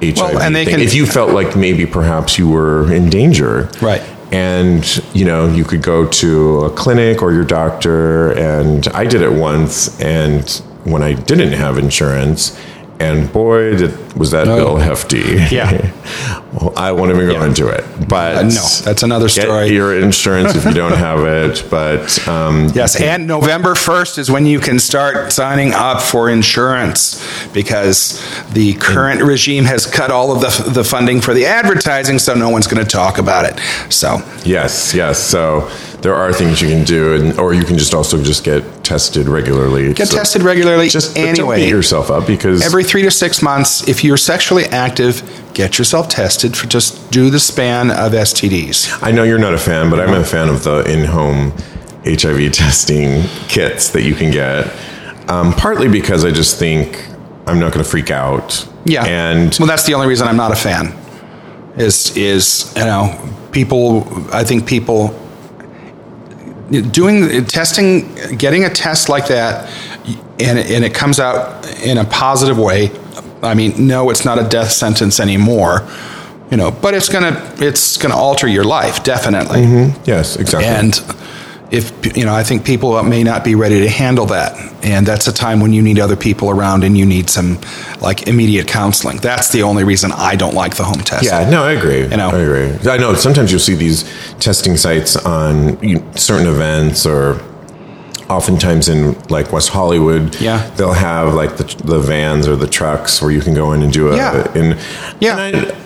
[SPEAKER 8] HIV.
[SPEAKER 9] Well, and they
[SPEAKER 8] thing.
[SPEAKER 9] can-
[SPEAKER 8] if you felt like maybe perhaps you were in danger.
[SPEAKER 9] Right.
[SPEAKER 8] And, you know, you could go to a clinic or your doctor. And I did it once. And when I didn't have insurance, and boy, did, was that
[SPEAKER 9] Oh.
[SPEAKER 8] bill hefty.
[SPEAKER 9] Yeah.
[SPEAKER 8] [laughs] well, I won't even go into it. But
[SPEAKER 9] Uh, no, that's another story.
[SPEAKER 8] Get your insurance if you
[SPEAKER 9] [laughs]
[SPEAKER 8] don't have it. But um,
[SPEAKER 9] Yes, and November 1st is when you can start signing up for insurance because the current
[SPEAKER 8] Mm.
[SPEAKER 9] regime has cut all of the, the funding for the advertising, so no one's going to talk about it. So,
[SPEAKER 8] Yes, yes. So there are things you can do, and or you can just also just get tested regularly.
[SPEAKER 9] Get
[SPEAKER 8] So-
[SPEAKER 9] tested regularly
[SPEAKER 8] Just but don't
[SPEAKER 9] anyway.
[SPEAKER 8] beat yourself up because
[SPEAKER 9] Every three to six months, if you're sexually active, get yourself tested for just do the span of STDs.
[SPEAKER 8] I know you're not a fan, but I'm a fan of the in-home HIV [laughs] testing kits that you can get. Um, partly because I just think I'm not going to freak out.
[SPEAKER 9] Yeah.
[SPEAKER 8] and
[SPEAKER 9] well, that's the only reason I'm not a fan. Is is you know people? I think people doing testing, getting a test like that, and and it comes out in a positive way. I mean, no, it's not a death sentence anymore. You know, but it's gonna it's gonna alter your life definitely.
[SPEAKER 8] Yes, exactly.
[SPEAKER 9] And if you know, I think people may not be ready to handle that, and that's a time when you need other people around and you need some like immediate counseling. That's the only reason I don't like the home test.
[SPEAKER 8] Yeah, no, I agree. I agree. I know sometimes you'll see these testing sites on you, certain events or oftentimes in like West Hollywood. Yeah. They'll have like the, the vans or the trucks where you can go in and do it.
[SPEAKER 9] Yeah.
[SPEAKER 8] And yeah,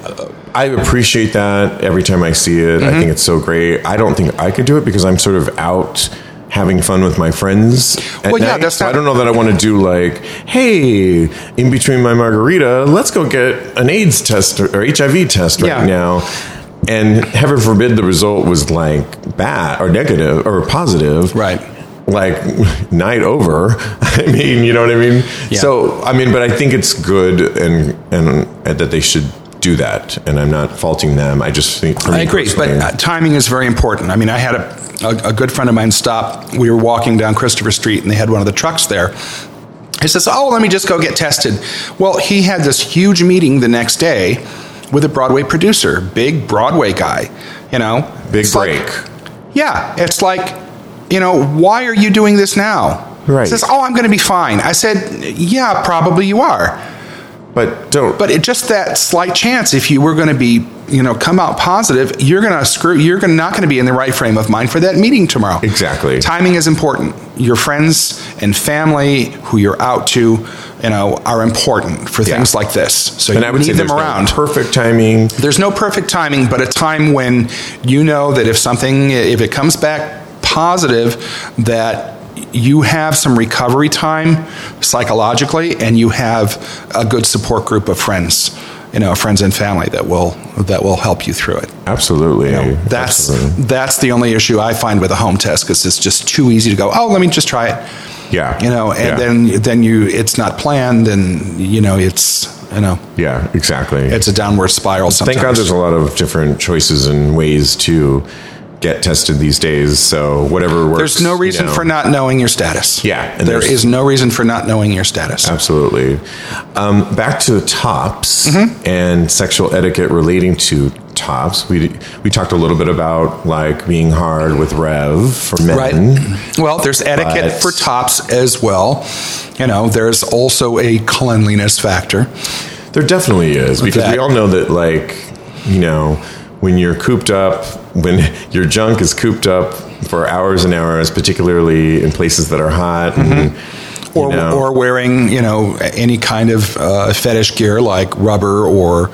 [SPEAKER 8] I, I appreciate that every time I see it. I
[SPEAKER 9] Mm-hmm.
[SPEAKER 8] think it's so great. I don't think I could do it because I'm sort of out having fun with my friends. at
[SPEAKER 9] Well, yeah,
[SPEAKER 8] night.
[SPEAKER 9] that's
[SPEAKER 8] So I
[SPEAKER 9] not-
[SPEAKER 8] don't know that I want to do like, hey, in between my margarita, let's go get an AIDS test or HIV test right
[SPEAKER 9] Yeah.
[SPEAKER 8] now. And heaven forbid the result was like bad or negative or positive.
[SPEAKER 9] Right.
[SPEAKER 8] Like [laughs] night over. I mean, you know what I mean?
[SPEAKER 9] Yeah.
[SPEAKER 8] So, I mean, but I think it's good and, and, and that they should do that. And I'm not faulting them. I just think for
[SPEAKER 9] I
[SPEAKER 8] me
[SPEAKER 9] agree, but
[SPEAKER 8] personally-
[SPEAKER 9] uh, timing is very important. I mean, I had a, a, a good friend of mine stop. We were walking down Christopher Street, and they had one of the trucks there. He says, "Oh, let me just go get tested." Well, he had this huge meeting the next day with a Broadway producer, big Broadway guy. You know,
[SPEAKER 8] big break.
[SPEAKER 9] yeah, it's like, you know, why are you doing this now?
[SPEAKER 8] Right.
[SPEAKER 9] He says, "Oh, I'm going to be fine." I said, "Yeah, probably you are."
[SPEAKER 8] But don't.
[SPEAKER 9] But it just that slight chance. If you were going to be, you know, come out positive, you're going to screw. You're gonna, not going to be in the right frame of mind for that meeting tomorrow.
[SPEAKER 8] Exactly.
[SPEAKER 9] Timing is important. Your friends and family, who you're out to, you know, are important for things like this. So
[SPEAKER 8] And
[SPEAKER 9] you
[SPEAKER 8] I would say
[SPEAKER 9] need them
[SPEAKER 8] there's no
[SPEAKER 9] around.
[SPEAKER 8] perfect timing.
[SPEAKER 9] There's no perfect timing, but a time when you know that if something, if it comes back positive, that you have some recovery time psychologically, and you have a good support group of friends, you know, friends and family that will that will help you through it.
[SPEAKER 8] Absolutely.
[SPEAKER 9] That's that's the only issue I find with a home test because it's just too easy to go. Oh, let me just try it.
[SPEAKER 8] Yeah.
[SPEAKER 9] You know, and
[SPEAKER 8] Yeah.
[SPEAKER 9] then then you it's not planned, and you know it's you know
[SPEAKER 8] yeah, exactly.
[SPEAKER 9] it's a downward spiral. Sometimes.
[SPEAKER 8] Thank God there's a lot of different choices and ways to get tested these days. So whatever works.
[SPEAKER 9] There's no
[SPEAKER 8] you
[SPEAKER 9] reason
[SPEAKER 8] know.
[SPEAKER 9] for not knowing your status.
[SPEAKER 8] Yeah, and
[SPEAKER 9] there
[SPEAKER 8] there's-
[SPEAKER 9] is no reason for not knowing your status.
[SPEAKER 8] Absolutely. Um, back to the tops
[SPEAKER 9] Mm-hmm.
[SPEAKER 8] and sexual etiquette relating to tops. We we talked a little bit about like being hard with Rev for men.
[SPEAKER 9] Right. Well, there's etiquette
[SPEAKER 8] But-
[SPEAKER 9] for tops as well. You know, there's also a cleanliness factor.
[SPEAKER 8] There definitely is because
[SPEAKER 9] That-
[SPEAKER 8] we all know that, like, you know, when you're cooped up, when [laughs] your junk is cooped up for hours and hours, particularly in places that are hot, and, you
[SPEAKER 9] Or,
[SPEAKER 8] know,
[SPEAKER 9] or wearing, you know, any kind of uh, fetish gear like rubber or,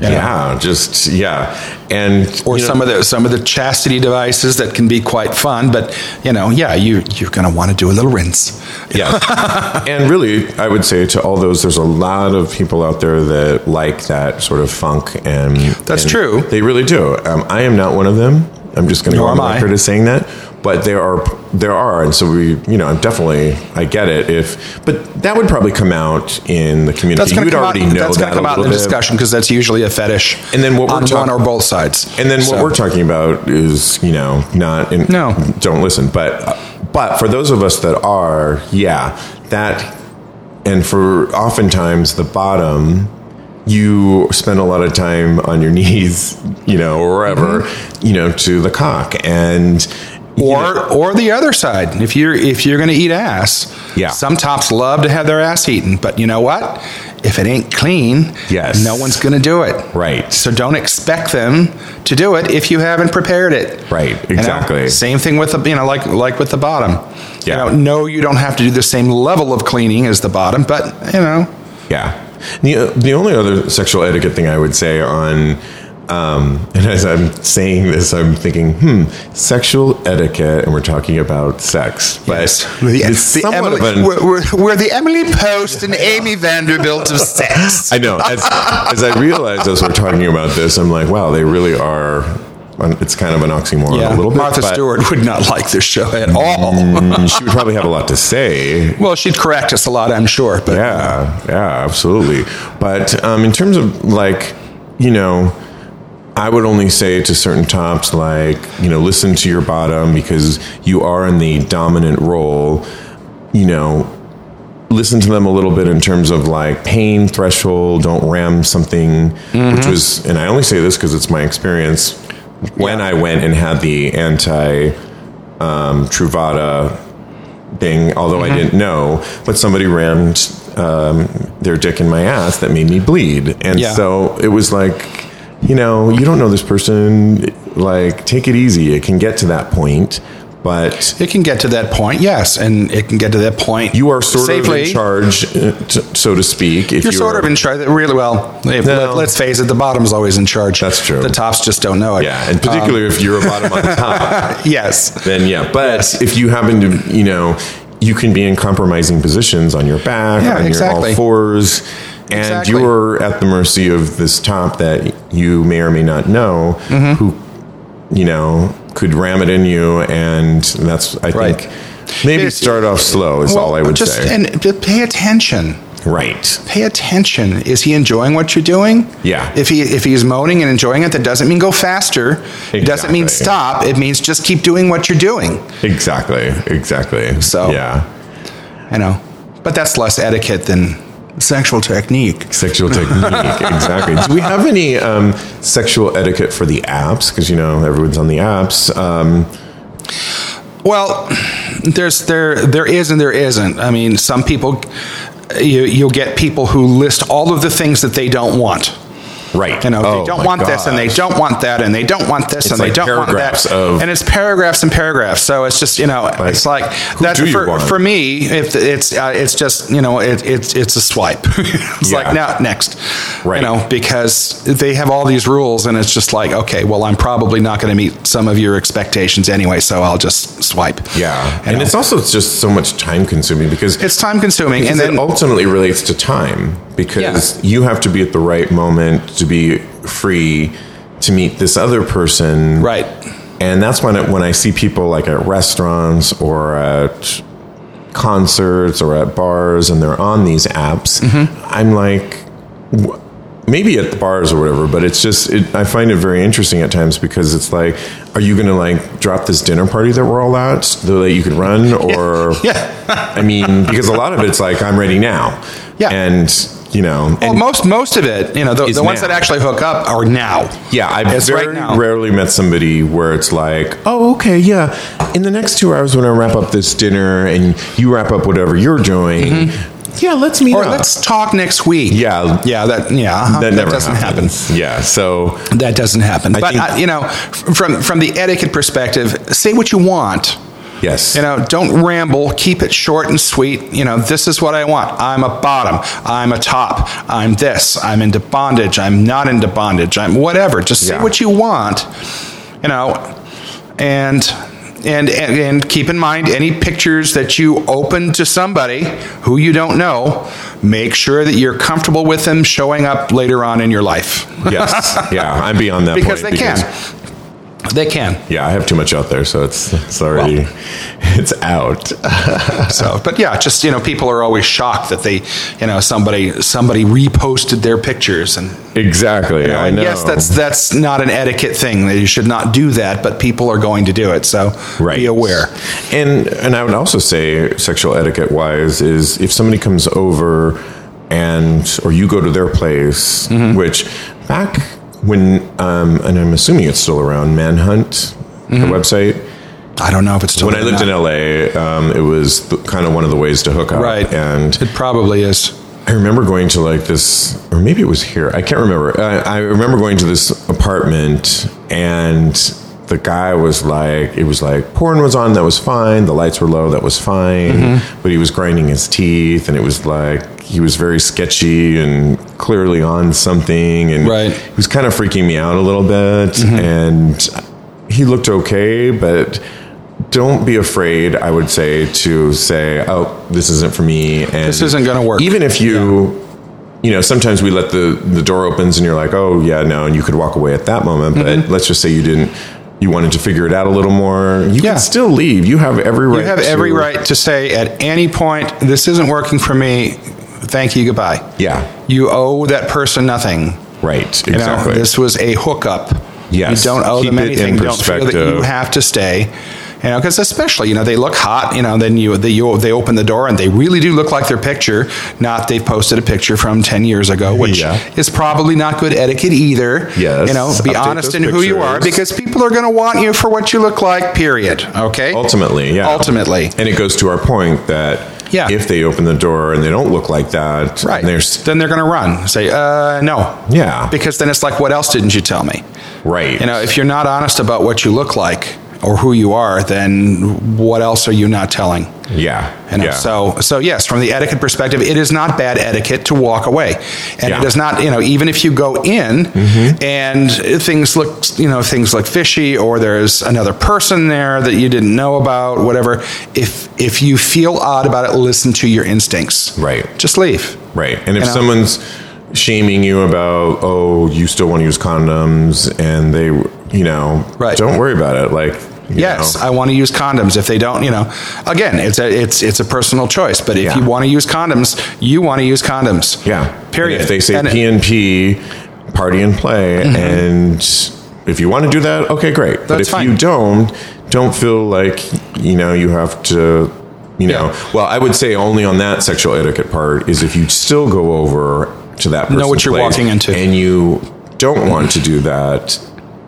[SPEAKER 9] you know,
[SPEAKER 8] yeah, just yeah, and
[SPEAKER 9] or
[SPEAKER 8] you know,
[SPEAKER 9] some of the some of the chastity devices that can be quite fun. But you know, yeah, you you're going to want to do a little rinse. [laughs]
[SPEAKER 8] Yes. and really, I would say to all those, there's a lot of people out there that like that sort of funk, and
[SPEAKER 9] That's
[SPEAKER 8] and
[SPEAKER 9] true.
[SPEAKER 8] They really do. Um, I am not one of them. I'm just going to go
[SPEAKER 9] Nor
[SPEAKER 8] on
[SPEAKER 9] am I.
[SPEAKER 8] record as saying that. But there are, there are, and so we, you know, I'm definitely, I get it. If, but that would probably come out in the community.
[SPEAKER 9] That's going
[SPEAKER 8] you
[SPEAKER 9] to
[SPEAKER 8] would
[SPEAKER 9] come out.
[SPEAKER 8] already know
[SPEAKER 9] That's going to
[SPEAKER 8] that
[SPEAKER 9] come
[SPEAKER 8] a
[SPEAKER 9] out in the
[SPEAKER 8] little bit.
[SPEAKER 9] discussion because that's usually a fetish.
[SPEAKER 8] And then what
[SPEAKER 9] on
[SPEAKER 8] we're
[SPEAKER 9] one
[SPEAKER 8] talking
[SPEAKER 9] or both sides.
[SPEAKER 8] And then what
[SPEAKER 9] So-
[SPEAKER 8] we're talking about is, you know, not in, no, don't listen. But but for those of us that are, yeah, that and for oftentimes the bottom, you spend a lot of time on your [laughs] knees, you know, or wherever, you know, to the cock and.
[SPEAKER 9] Mm-hmm. or or the other side. If you're if you're going to eat ass,
[SPEAKER 8] Yeah.
[SPEAKER 9] Some tops love to have their ass eaten, but you know what? if it ain't clean,
[SPEAKER 8] yes.
[SPEAKER 9] no one's going to do it.
[SPEAKER 8] Right.
[SPEAKER 9] So don't expect them to do it if you haven't prepared it.
[SPEAKER 8] Right.
[SPEAKER 9] You know?
[SPEAKER 8] Exactly.
[SPEAKER 9] Same thing with the you know like like with the bottom. Yeah. You know, no, you don't have to do the same level of cleaning as the bottom, but you know.
[SPEAKER 8] Yeah. The, uh, the only other sexual etiquette thing I would say on, um, [laughs] and as I'm saying this, I'm thinking, hmm, sexual etiquette, and we're talking about sex, but it's
[SPEAKER 9] the
[SPEAKER 8] somewhat
[SPEAKER 9] Emily,
[SPEAKER 8] of an-
[SPEAKER 9] we're, we're, we're the Emily Post and Amy Vanderbilt of sex.
[SPEAKER 8] I know. As, as I realized as we're talking about this, I'm like, wow, they really are. It's kind of an oxymoron
[SPEAKER 9] Yeah.
[SPEAKER 8] a little bit.
[SPEAKER 9] Martha
[SPEAKER 8] but-
[SPEAKER 9] Stewart would not like this show at all.
[SPEAKER 8] [laughs] Mm, she would probably have a lot to say.
[SPEAKER 9] Well, she'd correct us a lot, I'm sure. But
[SPEAKER 8] yeah, yeah, absolutely. But um, in terms of like, you know, I would only say to certain tops like, you know, listen to your bottom because you are in the dominant role. You know, listen to them a little bit in terms of like pain threshold. Don't ram something, which was, and I only say this because it's my experience when I went and had the anti um, Truvada thing, although I didn't know, but somebody rammed um, their dick in my ass that made me bleed. And
[SPEAKER 9] Yeah.
[SPEAKER 8] so it was like, you know, you don't know this person. Like, take it easy. It can get to that point, but
[SPEAKER 9] it can get to that point, yes, and it can get to that point.
[SPEAKER 8] you are sort
[SPEAKER 9] safely.
[SPEAKER 8] of in charge, uh, t- so to speak. If
[SPEAKER 9] You're sort of in charge. Really well. If,
[SPEAKER 8] No.
[SPEAKER 9] let, us face it, the bottom's always in charge.
[SPEAKER 8] That's true.
[SPEAKER 9] The tops just don't know it.
[SPEAKER 8] yeah, and particularly if you're a bottom on
[SPEAKER 9] [laughs]
[SPEAKER 8] the top,
[SPEAKER 9] yes.
[SPEAKER 8] then yeah. But if you happen to, you know, you can be in compromising positions on your back,
[SPEAKER 9] Yeah,
[SPEAKER 8] on your
[SPEAKER 9] exactly.
[SPEAKER 8] all fours, and
[SPEAKER 9] Exactly.
[SPEAKER 8] you're at the mercy of this top that you may or may not know,
[SPEAKER 9] Mm-hmm.
[SPEAKER 8] who, you know, could ram it in you, and that's I
[SPEAKER 9] Right.
[SPEAKER 8] think maybe start off slow is all I would
[SPEAKER 9] just,
[SPEAKER 8] say.
[SPEAKER 9] And just pay attention.
[SPEAKER 8] right.
[SPEAKER 9] Pay attention. Is he enjoying what you're doing?
[SPEAKER 8] Yeah.
[SPEAKER 9] If he if he's moaning and enjoying it, that doesn't mean go faster. It doesn't mean stop. It means just keep doing what you're doing.
[SPEAKER 8] Exactly. Exactly.
[SPEAKER 9] So
[SPEAKER 8] yeah.
[SPEAKER 9] I know, but that's less etiquette than sexual technique.
[SPEAKER 8] Sexual technique, [laughs] exactly. Do we have any um, sexual etiquette for the apps? Because you know everyone's on the apps. Um,
[SPEAKER 9] Well, there's there there is and there isn't. I mean, some people you you'll get people who list all of the things that they don't want.
[SPEAKER 8] right?
[SPEAKER 9] You know,
[SPEAKER 8] Oh,
[SPEAKER 9] they don't
[SPEAKER 8] my
[SPEAKER 9] want this and they
[SPEAKER 8] gosh.
[SPEAKER 9] don't want that and they don't want this
[SPEAKER 8] It's
[SPEAKER 9] and they
[SPEAKER 8] like
[SPEAKER 9] don't want
[SPEAKER 8] paragraphs
[SPEAKER 9] that.
[SPEAKER 8] of-
[SPEAKER 9] and it's paragraphs and paragraphs. So it's just, you know, it's like that's
[SPEAKER 8] do you
[SPEAKER 9] for,
[SPEAKER 8] want?
[SPEAKER 9] for me, if it's uh, it's just, you know, it, it's it's a swipe. [laughs] it's
[SPEAKER 8] Yeah.
[SPEAKER 9] like now next.
[SPEAKER 8] Right.
[SPEAKER 9] You know, because they have all these rules and it's just like, okay, well, I'm probably not going to meet some of your expectations anyway, so I'll just swipe.
[SPEAKER 8] Yeah,
[SPEAKER 9] You
[SPEAKER 8] and
[SPEAKER 9] know.
[SPEAKER 8] it's also just so much time consuming because
[SPEAKER 9] It's time consuming
[SPEAKER 8] because
[SPEAKER 9] and then
[SPEAKER 8] it ultimately relates to time because you have to be at the right moment to be free to meet this other person,
[SPEAKER 9] Right.
[SPEAKER 8] And that's when it, when I see people like at restaurants or at concerts or at bars, and they're on these apps. I'm like, wh- maybe at the bars or whatever, but it's just it, I find it very interesting at times because it's like, are you going to like drop this dinner party that we're all at so that you can run or I mean, because a lot of it's like I'm ready now,
[SPEAKER 9] Yeah.
[SPEAKER 8] and you know,
[SPEAKER 9] well,
[SPEAKER 8] and
[SPEAKER 9] most most of it, you know, the,
[SPEAKER 8] Is
[SPEAKER 9] the ones
[SPEAKER 8] now.
[SPEAKER 9] that actually hook up are now.
[SPEAKER 8] yeah, I've
[SPEAKER 9] It's right
[SPEAKER 8] very
[SPEAKER 9] now.
[SPEAKER 8] rarely met somebody where it's like, oh, okay, yeah, in the next two hours when I wrap up this dinner and you wrap up whatever you're doing, yeah, let's meet
[SPEAKER 9] Mm-hmm. or
[SPEAKER 8] up.
[SPEAKER 9] let's talk next week.
[SPEAKER 8] yeah,
[SPEAKER 9] yeah, that yeah, uh-huh.
[SPEAKER 8] that never
[SPEAKER 9] doesn't
[SPEAKER 8] happens. Yeah, so
[SPEAKER 9] happen. That doesn't happen.
[SPEAKER 8] I
[SPEAKER 9] but
[SPEAKER 8] think-
[SPEAKER 9] uh, you know, f- from from the etiquette perspective, say what you want.
[SPEAKER 8] yes,
[SPEAKER 9] You know, don't ramble. Keep it short and sweet. You know, this is what I want. I'm a bottom. I'm a top. I'm this. I'm into bondage. I'm not into bondage. I'm whatever. Just say
[SPEAKER 8] Yeah.
[SPEAKER 9] what you want. You know, and. And, and, and keep in mind any pictures that you open to somebody who you don't know, make sure that you're comfortable with them showing up later on in your life. [laughs]
[SPEAKER 8] yes, yeah, I'm beyond that
[SPEAKER 9] because they
[SPEAKER 8] point
[SPEAKER 9] can. They can.
[SPEAKER 8] Yeah, I have too much out there, so it's it's already it's out.
[SPEAKER 9] So, but yeah, just you know, people are always shocked that they, you know, somebody somebody reposted their pictures, and
[SPEAKER 8] exactly.
[SPEAKER 9] you know,
[SPEAKER 8] I
[SPEAKER 9] and
[SPEAKER 8] know.
[SPEAKER 9] yes, that's that's not an etiquette thing that you should not do that, but people are going to do it, so
[SPEAKER 8] right.
[SPEAKER 9] be aware.
[SPEAKER 8] And and I would also say sexual etiquette wise is if somebody comes over and or you go to their place,
[SPEAKER 9] Mm-hmm.
[SPEAKER 8] which back when um, and I'm assuming it's still around Manhunt
[SPEAKER 9] Mm-hmm.
[SPEAKER 8] the website.
[SPEAKER 9] I don't know if it's still
[SPEAKER 8] When I
[SPEAKER 9] there or
[SPEAKER 8] lived
[SPEAKER 9] not.
[SPEAKER 8] in LA, um, it was th- kind of one of the ways to hook up,
[SPEAKER 9] Right.
[SPEAKER 8] And
[SPEAKER 9] It probably is.
[SPEAKER 8] I remember going to like this, or maybe it was here. I can't remember. I, I remember going to this apartment, and the guy was like, it was like porn was on, that was fine. The lights were low, that was fine.
[SPEAKER 9] Mhm.
[SPEAKER 8] But he was grinding his teeth, and it was like he was very sketchy and clearly on something, and
[SPEAKER 9] Right.
[SPEAKER 8] he was kind of freaking me out a little bit. And he looked okay, but. Don't be afraid, I would say, to say, oh, this isn't for me. And
[SPEAKER 9] This isn't gonna work.
[SPEAKER 8] Even if you you know, sometimes we let the the door opens and you're like, oh yeah, no, and you could walk away at that moment. But
[SPEAKER 9] Mm-hmm.
[SPEAKER 8] let's just say you didn't. You wanted to figure it out a little more. You can still leave. You have every right.
[SPEAKER 9] You have every
[SPEAKER 8] to-
[SPEAKER 9] right to say at any point, this isn't working for me. Thank you. Goodbye.
[SPEAKER 8] Yeah.
[SPEAKER 9] You owe that person nothing.
[SPEAKER 8] Right.
[SPEAKER 9] You know,
[SPEAKER 8] Exactly.
[SPEAKER 9] this was a hookup.
[SPEAKER 8] Yes.
[SPEAKER 9] You don't owe
[SPEAKER 8] Keep
[SPEAKER 9] them
[SPEAKER 8] it in
[SPEAKER 9] anything. Don't feel that you
[SPEAKER 8] perspective.
[SPEAKER 9] have to stay. You know, because especially you know they look hot. You know, then you they you, they open the door and they really do look like their picture. Not they've posted a picture from ten years ago, which is probably not good etiquette either.
[SPEAKER 8] Yes.
[SPEAKER 9] You know, be
[SPEAKER 8] Update
[SPEAKER 9] honest
[SPEAKER 8] those
[SPEAKER 9] in who you are
[SPEAKER 8] pictures.
[SPEAKER 9] because people are going to want you for what you look like. Period. Okay.
[SPEAKER 8] Ultimately, yeah.
[SPEAKER 9] Ultimately.
[SPEAKER 8] and it goes to our point that
[SPEAKER 9] Yeah.
[SPEAKER 8] if they open the door and they don't look like that, right? There's
[SPEAKER 9] then they're going to run. Say, uh, no.
[SPEAKER 8] Yeah.
[SPEAKER 9] Because then it's like, what else didn't you tell me?
[SPEAKER 8] Right.
[SPEAKER 9] You know, if you're not honest about what you look like or who you are, then what else are you not telling?
[SPEAKER 8] yeah,
[SPEAKER 9] You know,
[SPEAKER 8] yeah.
[SPEAKER 9] So, so yes, from the etiquette perspective, it is not bad etiquette to walk away, and
[SPEAKER 8] Yeah. Mm-hmm.
[SPEAKER 9] it is not you know even if you go in and things look you know things look fishy or there's another person there that you didn't know about, whatever. If if you feel odd about it, listen to your instincts.
[SPEAKER 8] Right.
[SPEAKER 9] Just leave.
[SPEAKER 8] Right. And if
[SPEAKER 9] You know?
[SPEAKER 8] someone's shaming you about, oh, you still want to use condoms, and they, you know, right. don't worry about it. Like, you
[SPEAKER 9] Yes,
[SPEAKER 8] know.
[SPEAKER 9] I want to use condoms. If they don't, you know, again, it's a it's it's a personal choice. But if you want to use condoms, you want to use condoms.
[SPEAKER 8] Yeah.
[SPEAKER 9] Period.
[SPEAKER 8] And if they say
[SPEAKER 9] And- Mm-hmm.
[SPEAKER 8] PNP, party and play, and if you want to do that, okay, great. but
[SPEAKER 9] That's
[SPEAKER 8] if
[SPEAKER 9] fine.
[SPEAKER 8] you don't, don't feel like you know you have to. You know, well, I would say only on that sexual etiquette part is if you still go over to that.
[SPEAKER 9] Know what
[SPEAKER 8] person's
[SPEAKER 9] you're
[SPEAKER 8] place
[SPEAKER 9] walking into.
[SPEAKER 8] and you don't want to do that.